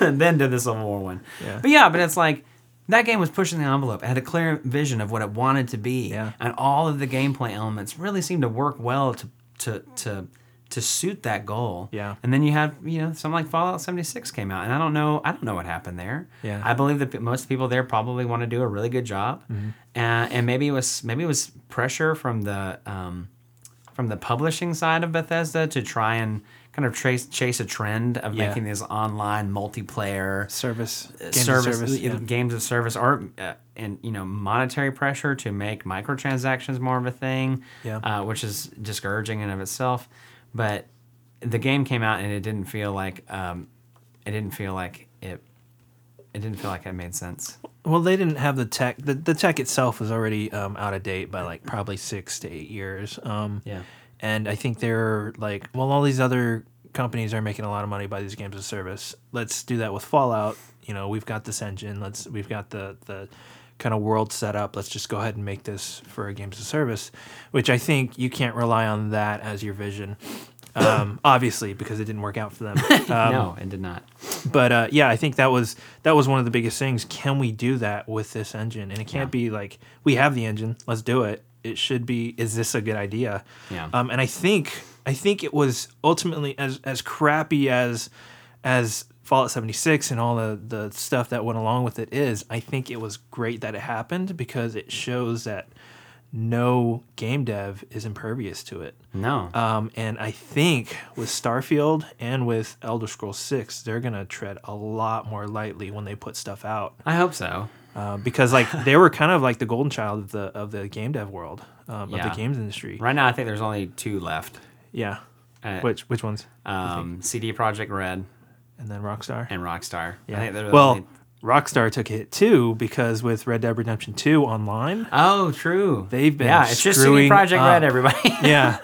S2: and then did the Civil War one.
S1: Yeah.
S2: But yeah, but it's like that game was pushing the envelope. It had a clear vision of what it wanted to be,
S1: Yeah.
S2: and all of the gameplay elements really seemed to work well to to to to suit that goal.
S1: Yeah.
S2: And then you had you know something like Fallout seventy six came out, and I don't know I don't know what happened there.
S1: Yeah.
S2: I believe that p- most people there probably want to do a really good job,
S1: Mm-hmm.
S2: uh, and maybe it was maybe it was pressure from the. Um, from the publishing side of Bethesda to try and kind of trace chase a trend of
S1: Yeah.
S2: making these online multiplayer
S1: Uh, Service. Game as a
S2: service,
S1: yeah.
S2: either games of service or uh, and you know monetary pressure to make microtransactions more of a thing
S1: Yeah.
S2: uh, which is discouraging in and of itself but the game came out and it didn't feel like um, it didn't feel like it it didn't feel like it made sense
S1: Well, they didn't have the tech. The, the tech itself was already um, out of date by like probably six to eight years. Um,
S2: Yeah.
S1: And I think they're like, well, all these other companies are making a lot of money by these games of service. Let's do that with Fallout. You know, we've got this engine. Let's we've got the the kind of world set up. Let's just go ahead and make this for a games of service, which I think you can't rely on that as your vision. Um, obviously, because it didn't work out for them. Um,
S2: no it did not
S1: but uh, yeah, I think that was that was one of the biggest things. Can we do that with this engine? And it can't be like we have the engine, let's do it. It should be, is this a good idea?
S2: Yeah.
S1: Um, and I think I think it was ultimately as as crappy as as Fallout 76 and all the the stuff that went along with it is. I think it was great that it happened because it shows that no game dev is impervious to it.
S2: no
S1: Um, and I think with Starfield and with Elder Scrolls 6, they're going to tread a lot more lightly when they put stuff out.
S2: I hope so
S1: Uh, because like they were kind of like the golden child of the of the game dev world, um, of
S2: Yeah.
S1: the games industry.
S2: right now I think there's only two left
S1: Yeah.
S2: Uh,
S1: which which ones?
S2: um, CD Project Red
S1: And then Rockstar.
S2: and Rockstar I think they're
S1: yeah.
S2: the
S1: Well,
S2: only-
S1: Rockstar took a hit too because with Red Dead Redemption 2 online,
S2: Oh, true.
S1: They've been
S2: yeah. It's just CD
S1: screwing
S2: Project
S1: up.
S2: Red, everybody.
S1: yeah.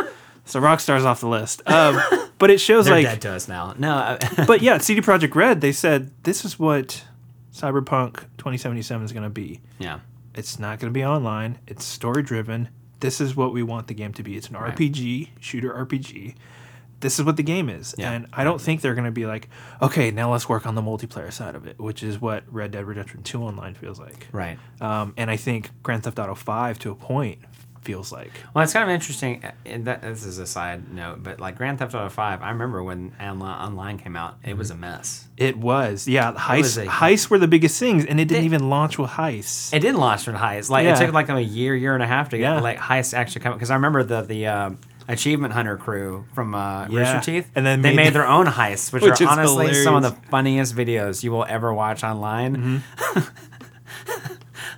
S1: So Rockstar's off the list. Um, but it shows
S2: They're
S1: like
S2: dead to us now. No, uh, I-
S1: but yeah, CD Project Red, they said this is what Cyberpunk 2077 is going to be.
S2: yeah,
S1: It's not going to be online. It's story driven. This is what we want the game to be. It's an RPG, shooter RPG. This is what the game is.
S2: Yeah.
S1: And I don't think they're going to be like, okay, now let's work on the multiplayer side of it, which is what Red Dead Redemption 2 Online feels like.
S2: right.
S1: Um, and I think Grand Theft Auto 5 to a point feels like.
S2: Well, it's kind of interesting. uh, And that, this is a side note, but like Grand Theft Auto Five, I remember when Online, online came out, it was a mess.
S1: It was. Yeah,
S2: was
S1: heists,
S2: a-
S1: heists were the biggest things, and it didn't
S2: They-
S1: even launch with heists.
S2: It didn't launch from highest. Like
S1: Yeah.
S2: it took like a year, year and a half to get
S1: Yeah.
S2: like highest actually come. Because I remember the the uh, Achievement Hunter crew from uh,
S1: Yeah.
S2: Rooster Teeth,
S1: And then
S2: they
S1: made-
S2: made their own heists, which,
S1: Which is
S2: are honestly some of the funniest videos you will ever watch online.
S1: Mm-hmm.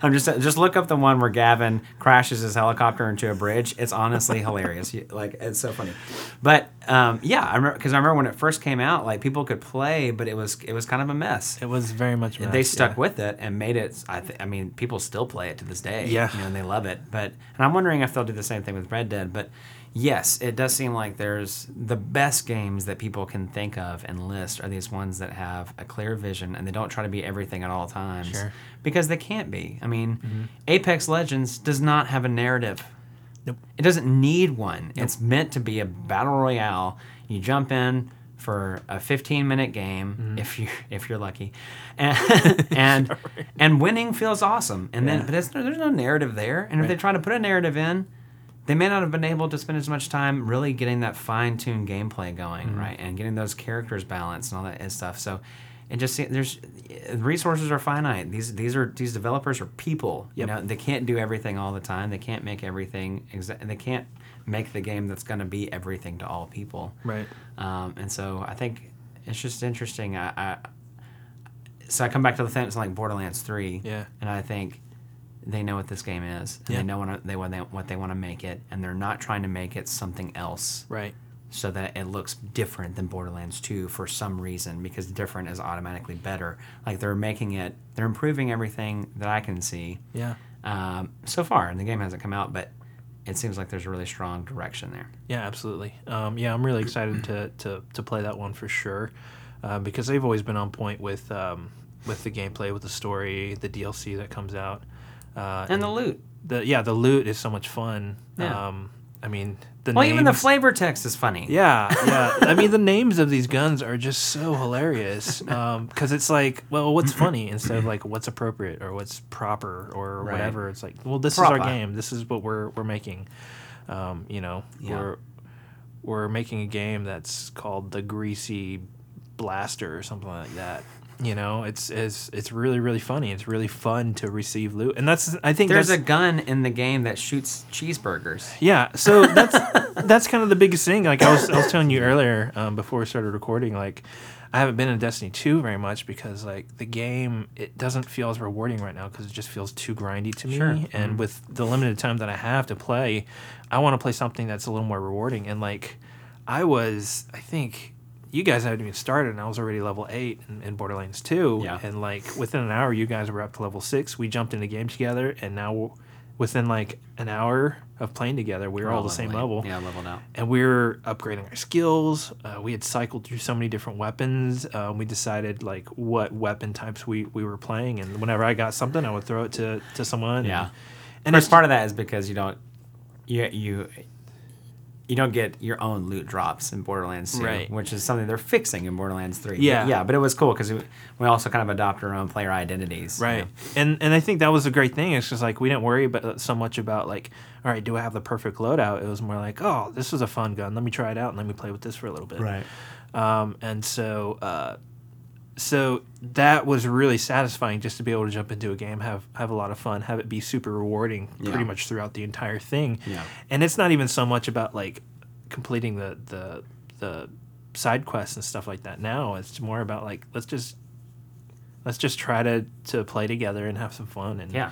S2: I'm just just look up the one where Gavin crashes his helicopter into a bridge. It's honestly hilarious. You- Like it's so funny. But um, yeah, I remember because I remember when it first came out, like people could play, but it was it was kind of a mess
S1: It was very much. a
S2: they
S1: mess,
S2: stuck
S1: yeah.
S2: with it and made it. I, th- I mean, people still play it to this day.
S1: Yeah.
S2: you know, and they love it. But and I'm wondering if they'll do the same thing with Red Dead. But yes, it does seem like there's the best games that people can think of and list are these ones that have a clear vision and they don't try to be everything at all times
S1: Sure. Mm-hmm.
S2: because they can't be. I mean, Apex Legends does not have a narrative.
S1: Nope.
S2: It doesn't need one. It's meant to be a battle royale. You jump in for a 15 minute game if you if you're lucky, and and, and winning feels awesome. And
S1: Yeah.
S2: then, but it's, there's no narrative there. And if they try to put a narrative in, they may not have been able to spend as much time really getting that fine tuned gameplay going, right, and getting those characters balanced and all that and stuff. So. It just se- there's resources are finite. These these are these developers are people. You
S1: Yep.
S2: know they can't do everything all the time. They can't make everything. Exa- they can't make the game that's going to be everything to all people.
S1: Right.
S2: Um, and so I think it's just interesting. I, I so I come back to the thing. It's like Borderlands Three.
S1: Yeah.
S2: And I think they know what this game is. And
S1: Yeah.
S2: They know what they what they, what they want to make it, and they're not trying to make it something else
S1: Right.
S2: so that it looks different than Borderlands 2 for some reason because different is automatically better. Like they're making it, they're improving everything that I can see
S1: Yeah.
S2: um, so far, and the game hasn't come out, but it seems like there's a really strong direction there.
S1: Yeah, absolutely. Um, yeah, I'm really excited to, to to play that one for sure, uh, because they've always been on point with um, with the gameplay, with the story, the DLC that comes out, uh,
S2: And the loot.
S1: the yeah the loot is so much fun.
S2: Yeah.
S1: Um, I mean the
S2: Well, even the
S1: names-
S2: flavor text is funny.
S1: Yeah, yeah. I mean, the names of these guns are just so hilarious because it's like, well, what's funny instead of like what's appropriate or what's proper or
S2: Right.
S1: whatever. It's like, well, this is
S2: Proper.
S1: our game. This is what we're we're making. Um, you know,
S2: Yeah.
S1: we're we're making a game that's called the Greasy Blaster or something like that. You know, it's it's it's really really funny. It's really fun to receive loot, and that's I think
S2: There's
S1: that's,
S2: a gun in the game that shoots cheeseburgers.
S1: yeah, so that's that's kind of the biggest thing. Like I was, I was telling you earlier um, before we started recording, like I haven't been in Destiny two very much because like the game it doesn't feel as rewarding right now because it just feels too grindy to me.
S2: Sure.
S1: And with the limited time that I have to play, I want to play something that's a little more rewarding. And like I was, I think you guys hadn't even started, and I was already level eight in, in Borderlands two.
S2: Yeah.
S1: And like within an hour, you guys were up to level six. We jumped into game together, and now we're- within like an hour of playing together, we were all the same
S2: Leveling.
S1: level.
S2: Oh, Yeah, leveled out.
S1: And we were upgrading our skills. Uh, we had cycled through so many different weapons. Um, we decided like what weapon types we, we were playing, and whenever I got something, I would throw it to, to someone.
S2: Yeah.
S1: and
S2: And
S1: it's
S2: it's
S1: part.
S2: part of that is because you don't you you you don't get your own loot drops in Borderlands 2,
S1: Right.
S2: which is something they're fixing in Borderlands 3. But
S1: Yeah.
S2: yeah, but it was cool because we, we also kind of adopt our own player identities. you
S1: Right.
S2: know.
S1: And and I think that was a great thing. It's just like we didn't worry about so much about like, all right, do I have the perfect loadout? It was more like, oh, this is a fun gun. Let me try it out and let me play with this for a little bit.
S2: Right.
S1: Um, and so uh, so that was really satisfying just to be able to jump into a game, have have a lot of fun, have it be super rewarding
S2: Yeah.
S1: pretty much throughout the entire thing.
S2: Yeah.
S1: And it's not even so much about like completing the the the side quests and stuff like that now. It's more about like let's just let's just try to to play together and have some fun and
S2: Yeah.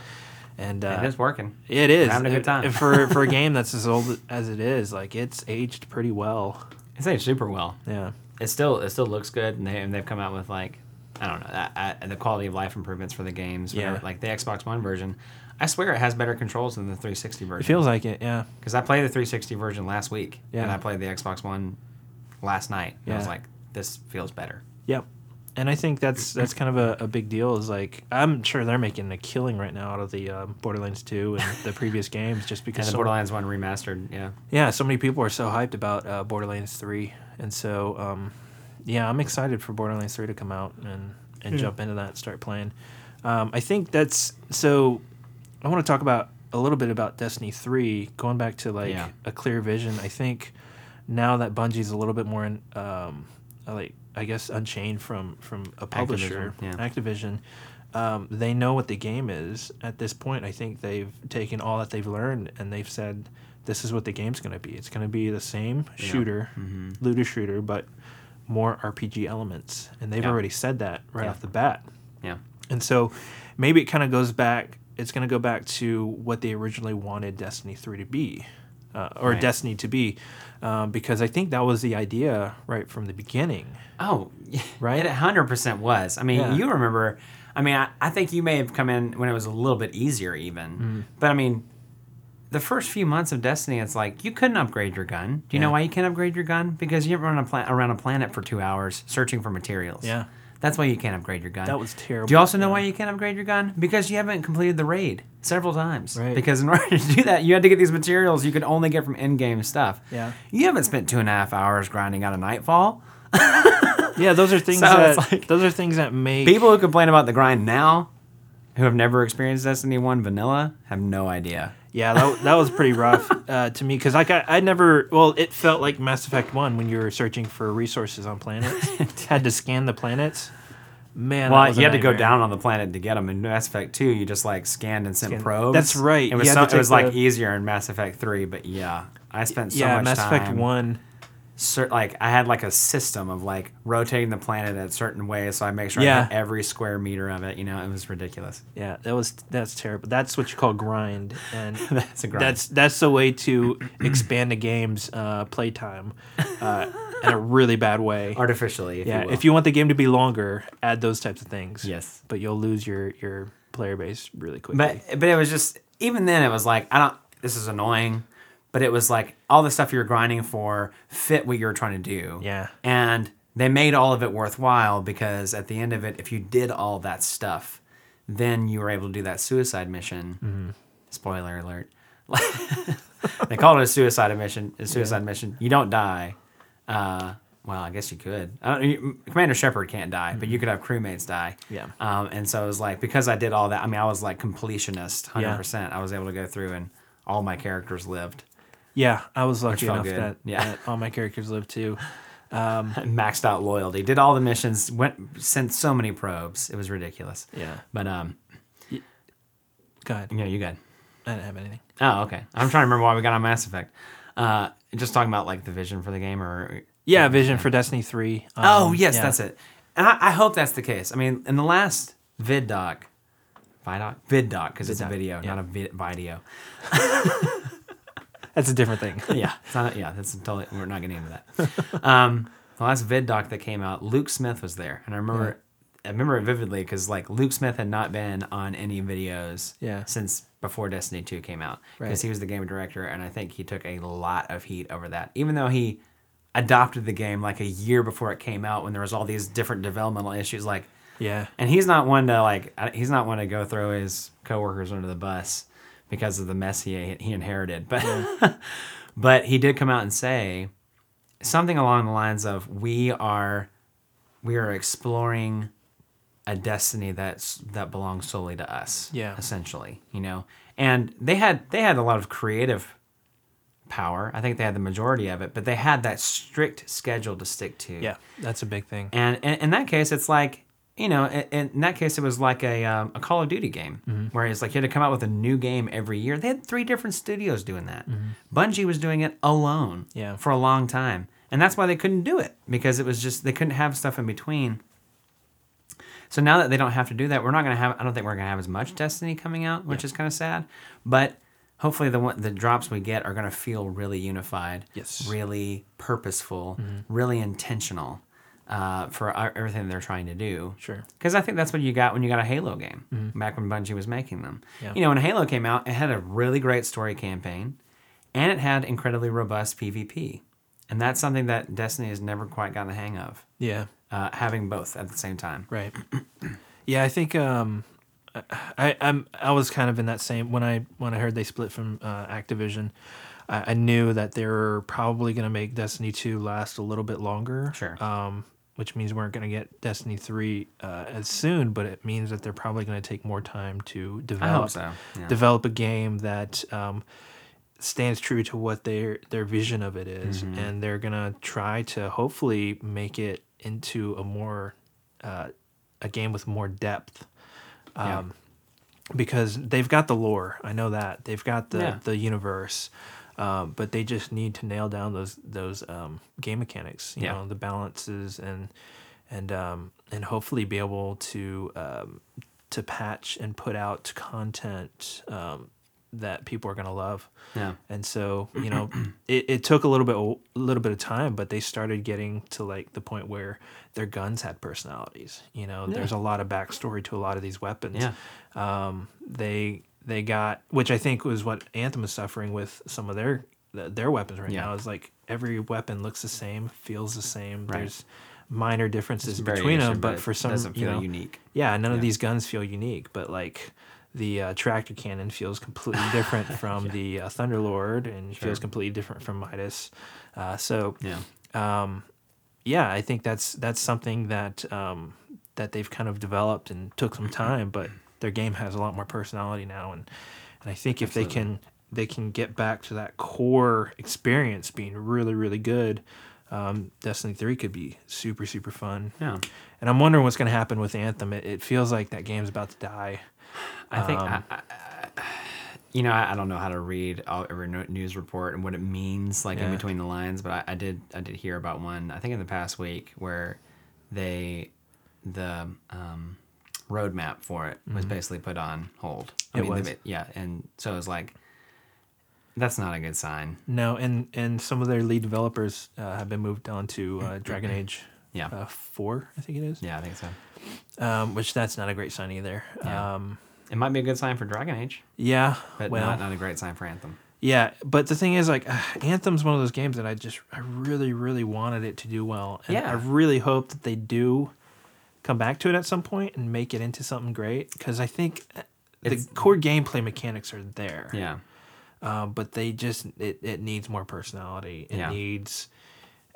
S1: and uh,
S2: it is working.
S1: it is.
S2: having a good time.
S1: And for for a game that's as old as it is. Like it's aged pretty well.
S2: It's aged super well.
S1: Yeah.
S2: It still it still looks good, and, they, and they've come out with like I don't know I, I, the quality of life improvements for the games.
S1: Yeah.
S2: whatever, Like the Xbox One version, I swear it has better controls than the 360
S1: It
S2: version.
S1: feels like it. Yeah.
S2: Because I played the 360 version last week, and
S1: Yeah.
S2: I played the Xbox One last night. And I was
S1: Yeah.
S2: like, this feels better.
S1: Yep. And I think that's that's kind of a, a big deal. Is like I'm sure they're making a killing right now out of the um, Borderlands 2 and the previous games, just
S2: And
S1: because
S2: the
S1: so-
S2: Borderlands One remastered, yeah.
S1: yeah, so many people are so hyped about uh, Borderlands 3, and so um, yeah, I'm excited for Borderlands 3 to come out and and jump into that, and start playing. Um, I think that's so. I want to talk about a little bit about Destiny 3, going back to like
S2: Yeah.
S1: a clear vision. I think now that Bungie's a little bit more in, um, uh, like I guess unchained from from a publisher,
S2: Activision, yeah.
S1: Activision. Um, they know what the game is at this point. I think they've taken all that they've learned and they've said, "This is what the game's going to be. It's going to be the same shooter,
S2: Mm-hmm.
S1: looter shooter, but more RPG elements." And they've
S2: Yeah.
S1: already said that right
S2: Yeah.
S1: off the bat.
S2: Yeah.
S1: And so maybe it kind of goes back. It's going to go back to what they originally wanted Destiny 3 to be, uh, or
S2: Right.
S1: Destiny to be, um, because I think that was the idea right from the beginning.
S2: Oh,
S1: Right?
S2: It 100% was. I mean,
S1: Yeah.
S2: you remember, I mean, I, I think you may have come in when it was a little bit easier, even.
S1: Mm-hmm.
S2: But I mean, the first few months of Destiny, it's like you couldn't upgrade your gun. Do you know
S1: Yeah.
S2: why you can't upgrade your gun? Because you run a pla- around a planet for two hours searching for materials.
S1: Yeah.
S2: That's why you can't upgrade your gun.
S1: That was terrible.
S2: Do you also know why you can't upgrade your gun? Because you haven't completed the raid several times.
S1: Right.
S2: Because in order to do that, you had to get these materials you could only get from in-game stuff.
S1: Yeah.
S2: You haven't spent two and a half hours grinding out a nightfall.
S1: Yeah, those are things
S2: So it's
S1: that
S2: like-
S1: those are things that make
S2: People who complain about the grind now, who have never experienced Destiny One vanilla, have no idea.
S1: Yeah, that, that was pretty rough uh, to me because like I, I never well it felt like Mass Effect One when you were searching for resources on planets, had to scan the planets. Man, that
S2: Well,
S1: was
S2: you
S1: a
S2: had to go
S1: nightmare.
S2: down on the planet to get them. In Mass Effect Two, you just like scanned and sent
S1: Scanned.
S2: probes.
S1: That's right.
S2: It was,
S1: You had
S2: so,
S1: to
S2: it was
S1: take
S2: like
S1: the-
S2: easier in Mass Effect Three, but yeah, I spent so
S1: yeah,
S2: much
S1: Mass
S2: time.
S1: Effect One.
S2: cer- like I had like a system of like rotating the planet a certain way, so I make sure I
S1: Yeah.
S2: had every square meter of it. You know, it was ridiculous.
S1: Yeah, that was that's terrible. That's what you call grind, and
S2: That's a grind.
S1: That's that's the way to expand a game's uh, playtime uh, in a really bad way.
S2: Artificially, if
S1: yeah,
S2: you will.
S1: if you want the game to be longer, add those types of things.
S2: Yes.
S1: but you'll lose your your player base really quickly.
S2: but but it was just even then it was like I don't. This is annoying. but it was like all the stuff you were grinding for fit what you were trying to do.
S1: Yeah.
S2: And they made all of it worthwhile because at the end of it, if you did all that stuff, then you were able to do that suicide mission.
S1: Mm-hmm.
S2: Spoiler alert. they called it a suicide mission. A suicide mission. You don't die. Uh, well, I guess you could. I don't, you, Commander Shepard can't die, but you could have crewmates die.
S1: Mm-hmm. Yeah.
S2: Um, and so it was like because I did all that. I mean, I was like completionist, hundred
S1: Yeah.
S2: percent. I was able to go through and all my characters lived.
S1: Yeah, I was lucky
S2: felt
S1: enough
S2: good.
S1: that,
S2: Yeah.
S1: that all my characters lived too.
S2: maxed out loyalty. Did all the missions. Went sent so many probes. It was ridiculous.
S1: Yeah.
S2: But um,
S1: God,
S2: yeah, you good.
S1: I didn't have anything.
S2: Oh, okay. I'm trying to remember why we got on Mass Effect. Uh, just talking about like the vision for the game, or
S1: Yeah, Vision for Destiny Three. Um,
S2: oh yes,
S1: yeah.
S2: that's it. And I, I hope that's the case. I mean, in the last vid doc, vidoc, vid doc, because it's a
S1: Vid doc,
S2: video,
S1: yeah.
S2: not a vid- video.
S1: That's a different thing.
S2: yeah, it's not, yeah, that's totally. We're not getting into that. Um, the last vid doc that came out, Luke Smith was there, and I remember, I remember it vividly because like Luke Smith had not been on any videos,
S1: Yeah.
S2: since before Destiny Two came out because
S1: Right.
S2: he was the game director, and I think he took a lot of heat over that, even though he adopted the game like a year before it came out when there was all these different developmental issues like
S1: yeah,
S2: and he's not one to like. I- He's not one to go throw his coworkers under the bus because of the mess he he inherited. But but he did come out and say something along the lines of, "We are we are exploring a destiny that's that belongs solely to us."
S1: Yeah.
S2: essentially, you know. And they had they had a lot of creative power. I think they had the majority of it, but they had that strict schedule to stick to.
S1: yeah, that's a big thing.
S2: And in, in that case, it's like, you know, in, in that case, it was like a, um, a Call of Duty game
S1: Mm-hmm.
S2: where it's like you had to come out with a new game every year. They had three different studios doing that. Bungie was doing it alone
S1: Mm-hmm. Yeah.
S2: for a long time. And that's why they couldn't do it because it was just, they couldn't have stuff in between. So now that they don't have to do that, we're not going to have, I don't think we're going to have as much Destiny coming out, which is kind of sad. But hopefully the, one- the drops we get are going to feel really unified
S1: Yes.
S2: really purposeful,
S1: Mm-hmm.
S2: really intentional uh, for e- everything they're trying to do.
S1: Sure. Mm-hmm.
S2: Because I think that's what you got when you got a Halo game back when Bungie was making them.
S1: Yeah.
S2: You know, when Halo came out, it had a really great story campaign and it had incredibly robust PvP. And that's something that Destiny has never quite gotten the hang of,
S1: Yeah,
S2: uh, having both at the same time.
S1: right. yeah, I think um, I, I'm I was kind of in that same when I when I heard they split from uh, Activision. I, I knew that they were probably going to make Destiny two last a little bit longer.
S2: Sure.
S1: Um, which means we aren't going to get Destiny three uh, as soon, but it means that they're probably going to take more time to develop.
S2: so, yeah.
S1: Develop a game that. Um, stands true to what their their vision of it is,
S2: Mm-hmm.
S1: and they're gonna try to hopefully make it into a more uh, a game with more depth Um,
S2: Yeah.
S1: because they've got the lore. I know that they've got the
S2: Yeah.
S1: the universe, um, but they just need to nail down those those um, game mechanics. You
S2: Yeah.
S1: know the balances and and um, and hopefully be able to um, to patch and put out content um, that people are gonna love.
S2: Yeah.
S1: And so you know it, it took a little bit a little bit of time, but they started getting to like the point where their guns had personalities. You know, there's a lot of backstory to a lot of these weapons
S2: Yeah.
S1: um, they they got which I think was what Anthem is suffering with some of their th- their weapons right
S2: Yeah.
S1: now is like every weapon looks the same, feels the same. There's minor differences
S2: Very
S1: between them,
S2: interesting,
S1: but
S2: it
S1: for some
S2: doesn't
S1: you
S2: feel
S1: know,
S2: unique.
S1: yeah, none of these guns feel unique, but like the uh, tractor cannon feels completely different from the uh, Thunderlord and feels completely different from Midas. Uh, so
S2: Yeah.
S1: Um, yeah, I think that's that's something that um, that they've kind of developed and took some time, but their game has a lot more personality now, and and I think if they can they can get back to that core experience being really really good, um, Destiny Three could be super super fun.
S2: Yeah.
S1: And I'm wondering what's going to happen with Anthem. It, it feels like that game's about to die.
S2: I think
S1: Um,
S2: I, I, I- you know I, I don't know how to read all, every no- news report and what it means like in
S1: Yeah.
S2: between the lines, but I, I did I did hear about one I think in the past week where they the um, roadmap for it was basically put on hold.
S1: Mm-hmm.
S2: I
S1: It
S2: the
S1: was.
S2: bit- yeah, and so it was like that's not a good sign.
S1: No, and and some of their lead developers uh, have been moved on to uh, Dragon Age.
S2: Yeah.
S1: Uh, four, I think it is.
S2: Yeah, I think so.
S1: Um, which that's not a great sign either.
S2: Yeah.
S1: Um,
S2: It might be a good sign for Dragon Age,
S1: Yeah.
S2: but
S1: well,
S2: not, not a great sign for Anthem.
S1: Yeah, but the thing is, like, uh, Anthem's one of those games that I just, I really, really wanted it to do well. And
S2: Yeah.
S1: I really hope that they do come back to it at some point and make it into something great because I think uh, the
S2: It's-
S1: core gameplay mechanics are there.
S2: Yeah.
S1: Uh, but they just, it, it needs more personality. It
S2: Yeah.
S1: needs,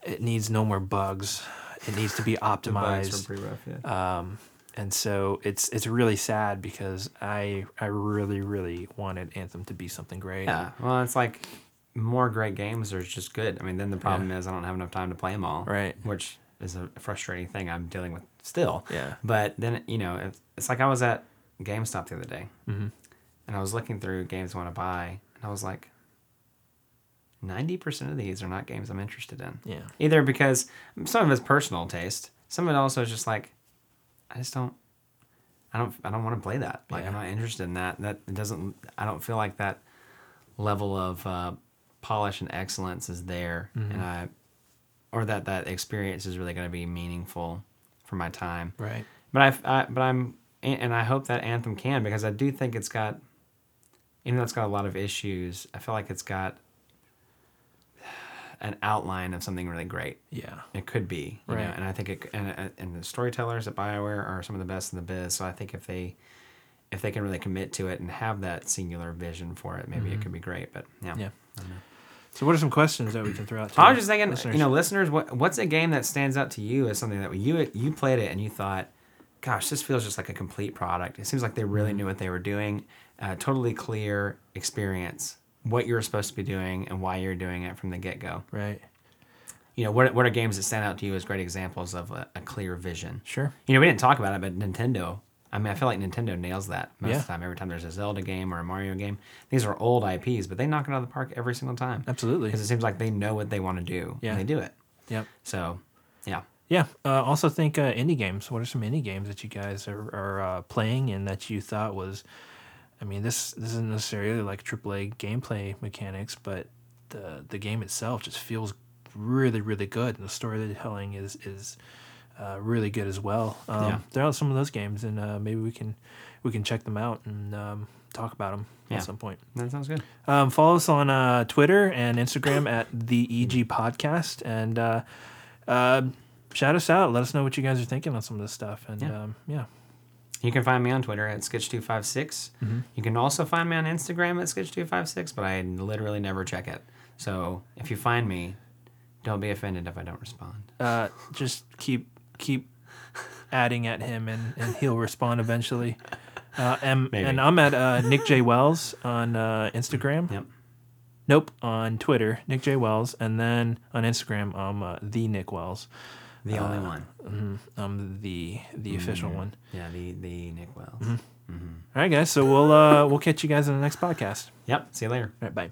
S1: it needs no more bugs. It needs to be optimized.
S2: pretty rough. Yeah.
S1: Um, and so it's it's really sad because I I really really wanted Anthem to be something great.
S2: yeah. Well, it's like more great games are just good. I mean, then the problem is I don't have enough time to play them all.
S1: Right.
S2: Which is a frustrating thing I'm dealing with still.
S1: Yeah.
S2: But then you know, it's, it's like I was at GameStop the other day,
S1: Mm-hmm.
S2: and I was looking through games I want to buy, and I was like, ninety percent of these are not games I'm interested in.
S1: Yeah.
S2: Either because some of it's personal taste, some of it also is just like, I just don't. I don't. I don't want to play that. Like I'm
S1: Yeah.
S2: not interested in that. That it doesn't. I don't feel like that level of uh, polish and excellence is there, and I, or that that experience is really going to be meaningful for my time.
S1: Right.
S2: But I, I but I'm and and I hope that Anthem can because I do think it's got even though it's got a lot of issues, I feel like it's got an outline of something really great.
S1: Yeah.
S2: It could be, you know,
S1: Right.
S2: and I think it and uh, and the storytellers at BioWare are some of the best in the biz. So I think if they if they can really commit to it and have that singular vision for it, maybe it could be great. But yeah.
S1: Mm-hmm. Yeah. So what are some questions that we can throw out? To
S2: I was just thinking,
S1: listeners?
S2: you know, listeners, what, what's a game that stands out to you as something that you you played it and you thought, gosh, this feels just like a complete product. It seems like they
S1: Mm-hmm.
S2: really knew what they were doing. Uh, totally clear experience, what you were supposed to be doing and why you're doing it from the get go.
S1: right?
S2: You know, what what are games that stand out to you as great examples of a, a clear vision?
S1: Sure.
S2: You know, we didn't talk about it, but Nintendo. I mean, I feel like Nintendo nails that most
S1: Yeah.
S2: of the time. Every time there's a Zelda game or a Mario game, these are old IPs, but they knock it out of the park every single time
S1: Absolutely.
S2: because it seems like they know what they want to do
S1: Yeah.
S2: and they do it.
S1: Yep.
S2: So, yeah,
S1: Yeah. Uh, also think uh, indie games. What are some indie games that you guys are, are uh, playing and that you thought was, I mean, this this isn't necessarily like AAA gameplay mechanics, but the the game itself just feels really really good, and the storytelling is is uh, really good as well. Um,
S2: Yeah.
S1: There are some of those games, and uh, maybe we can we can check them out and um, talk about them
S2: Yeah.
S1: at some point.
S2: that sounds good.
S1: Um, follow us on uh, Twitter and Instagram at the EG Podcast, and uh, uh, shout us out. Let us know what you guys are thinking on some of this stuff. And
S2: Yeah.
S1: yeah, um, yeah.
S2: You can find me on Twitter at Sketch256.
S1: Mm-hmm.
S2: You can also find me on Instagram at Sketch256, but I literally never check it. So if you find me, don't be offended if I don't respond.
S1: Uh, just keep keep adding at him, and, and he'll respond eventually. Uh, and,
S2: Maybe.
S1: and I'm at uh, Nick J Wells on uh, Instagram.
S2: Yep.
S1: Nope, on Twitter, Nick J Wells, and then on Instagram, I'm uh, the Nick Wells.
S2: The only one. Mm-hmm.
S1: Mhm, I'm the the official
S2: Mm.
S1: one. Mm-hmm.
S2: Yeah, the, the Nick Wells. Mm-hmm.
S1: All right, guys. So we'll uh, we'll catch you guys in the next podcast.
S2: Yep. See you later.
S1: All right, bye.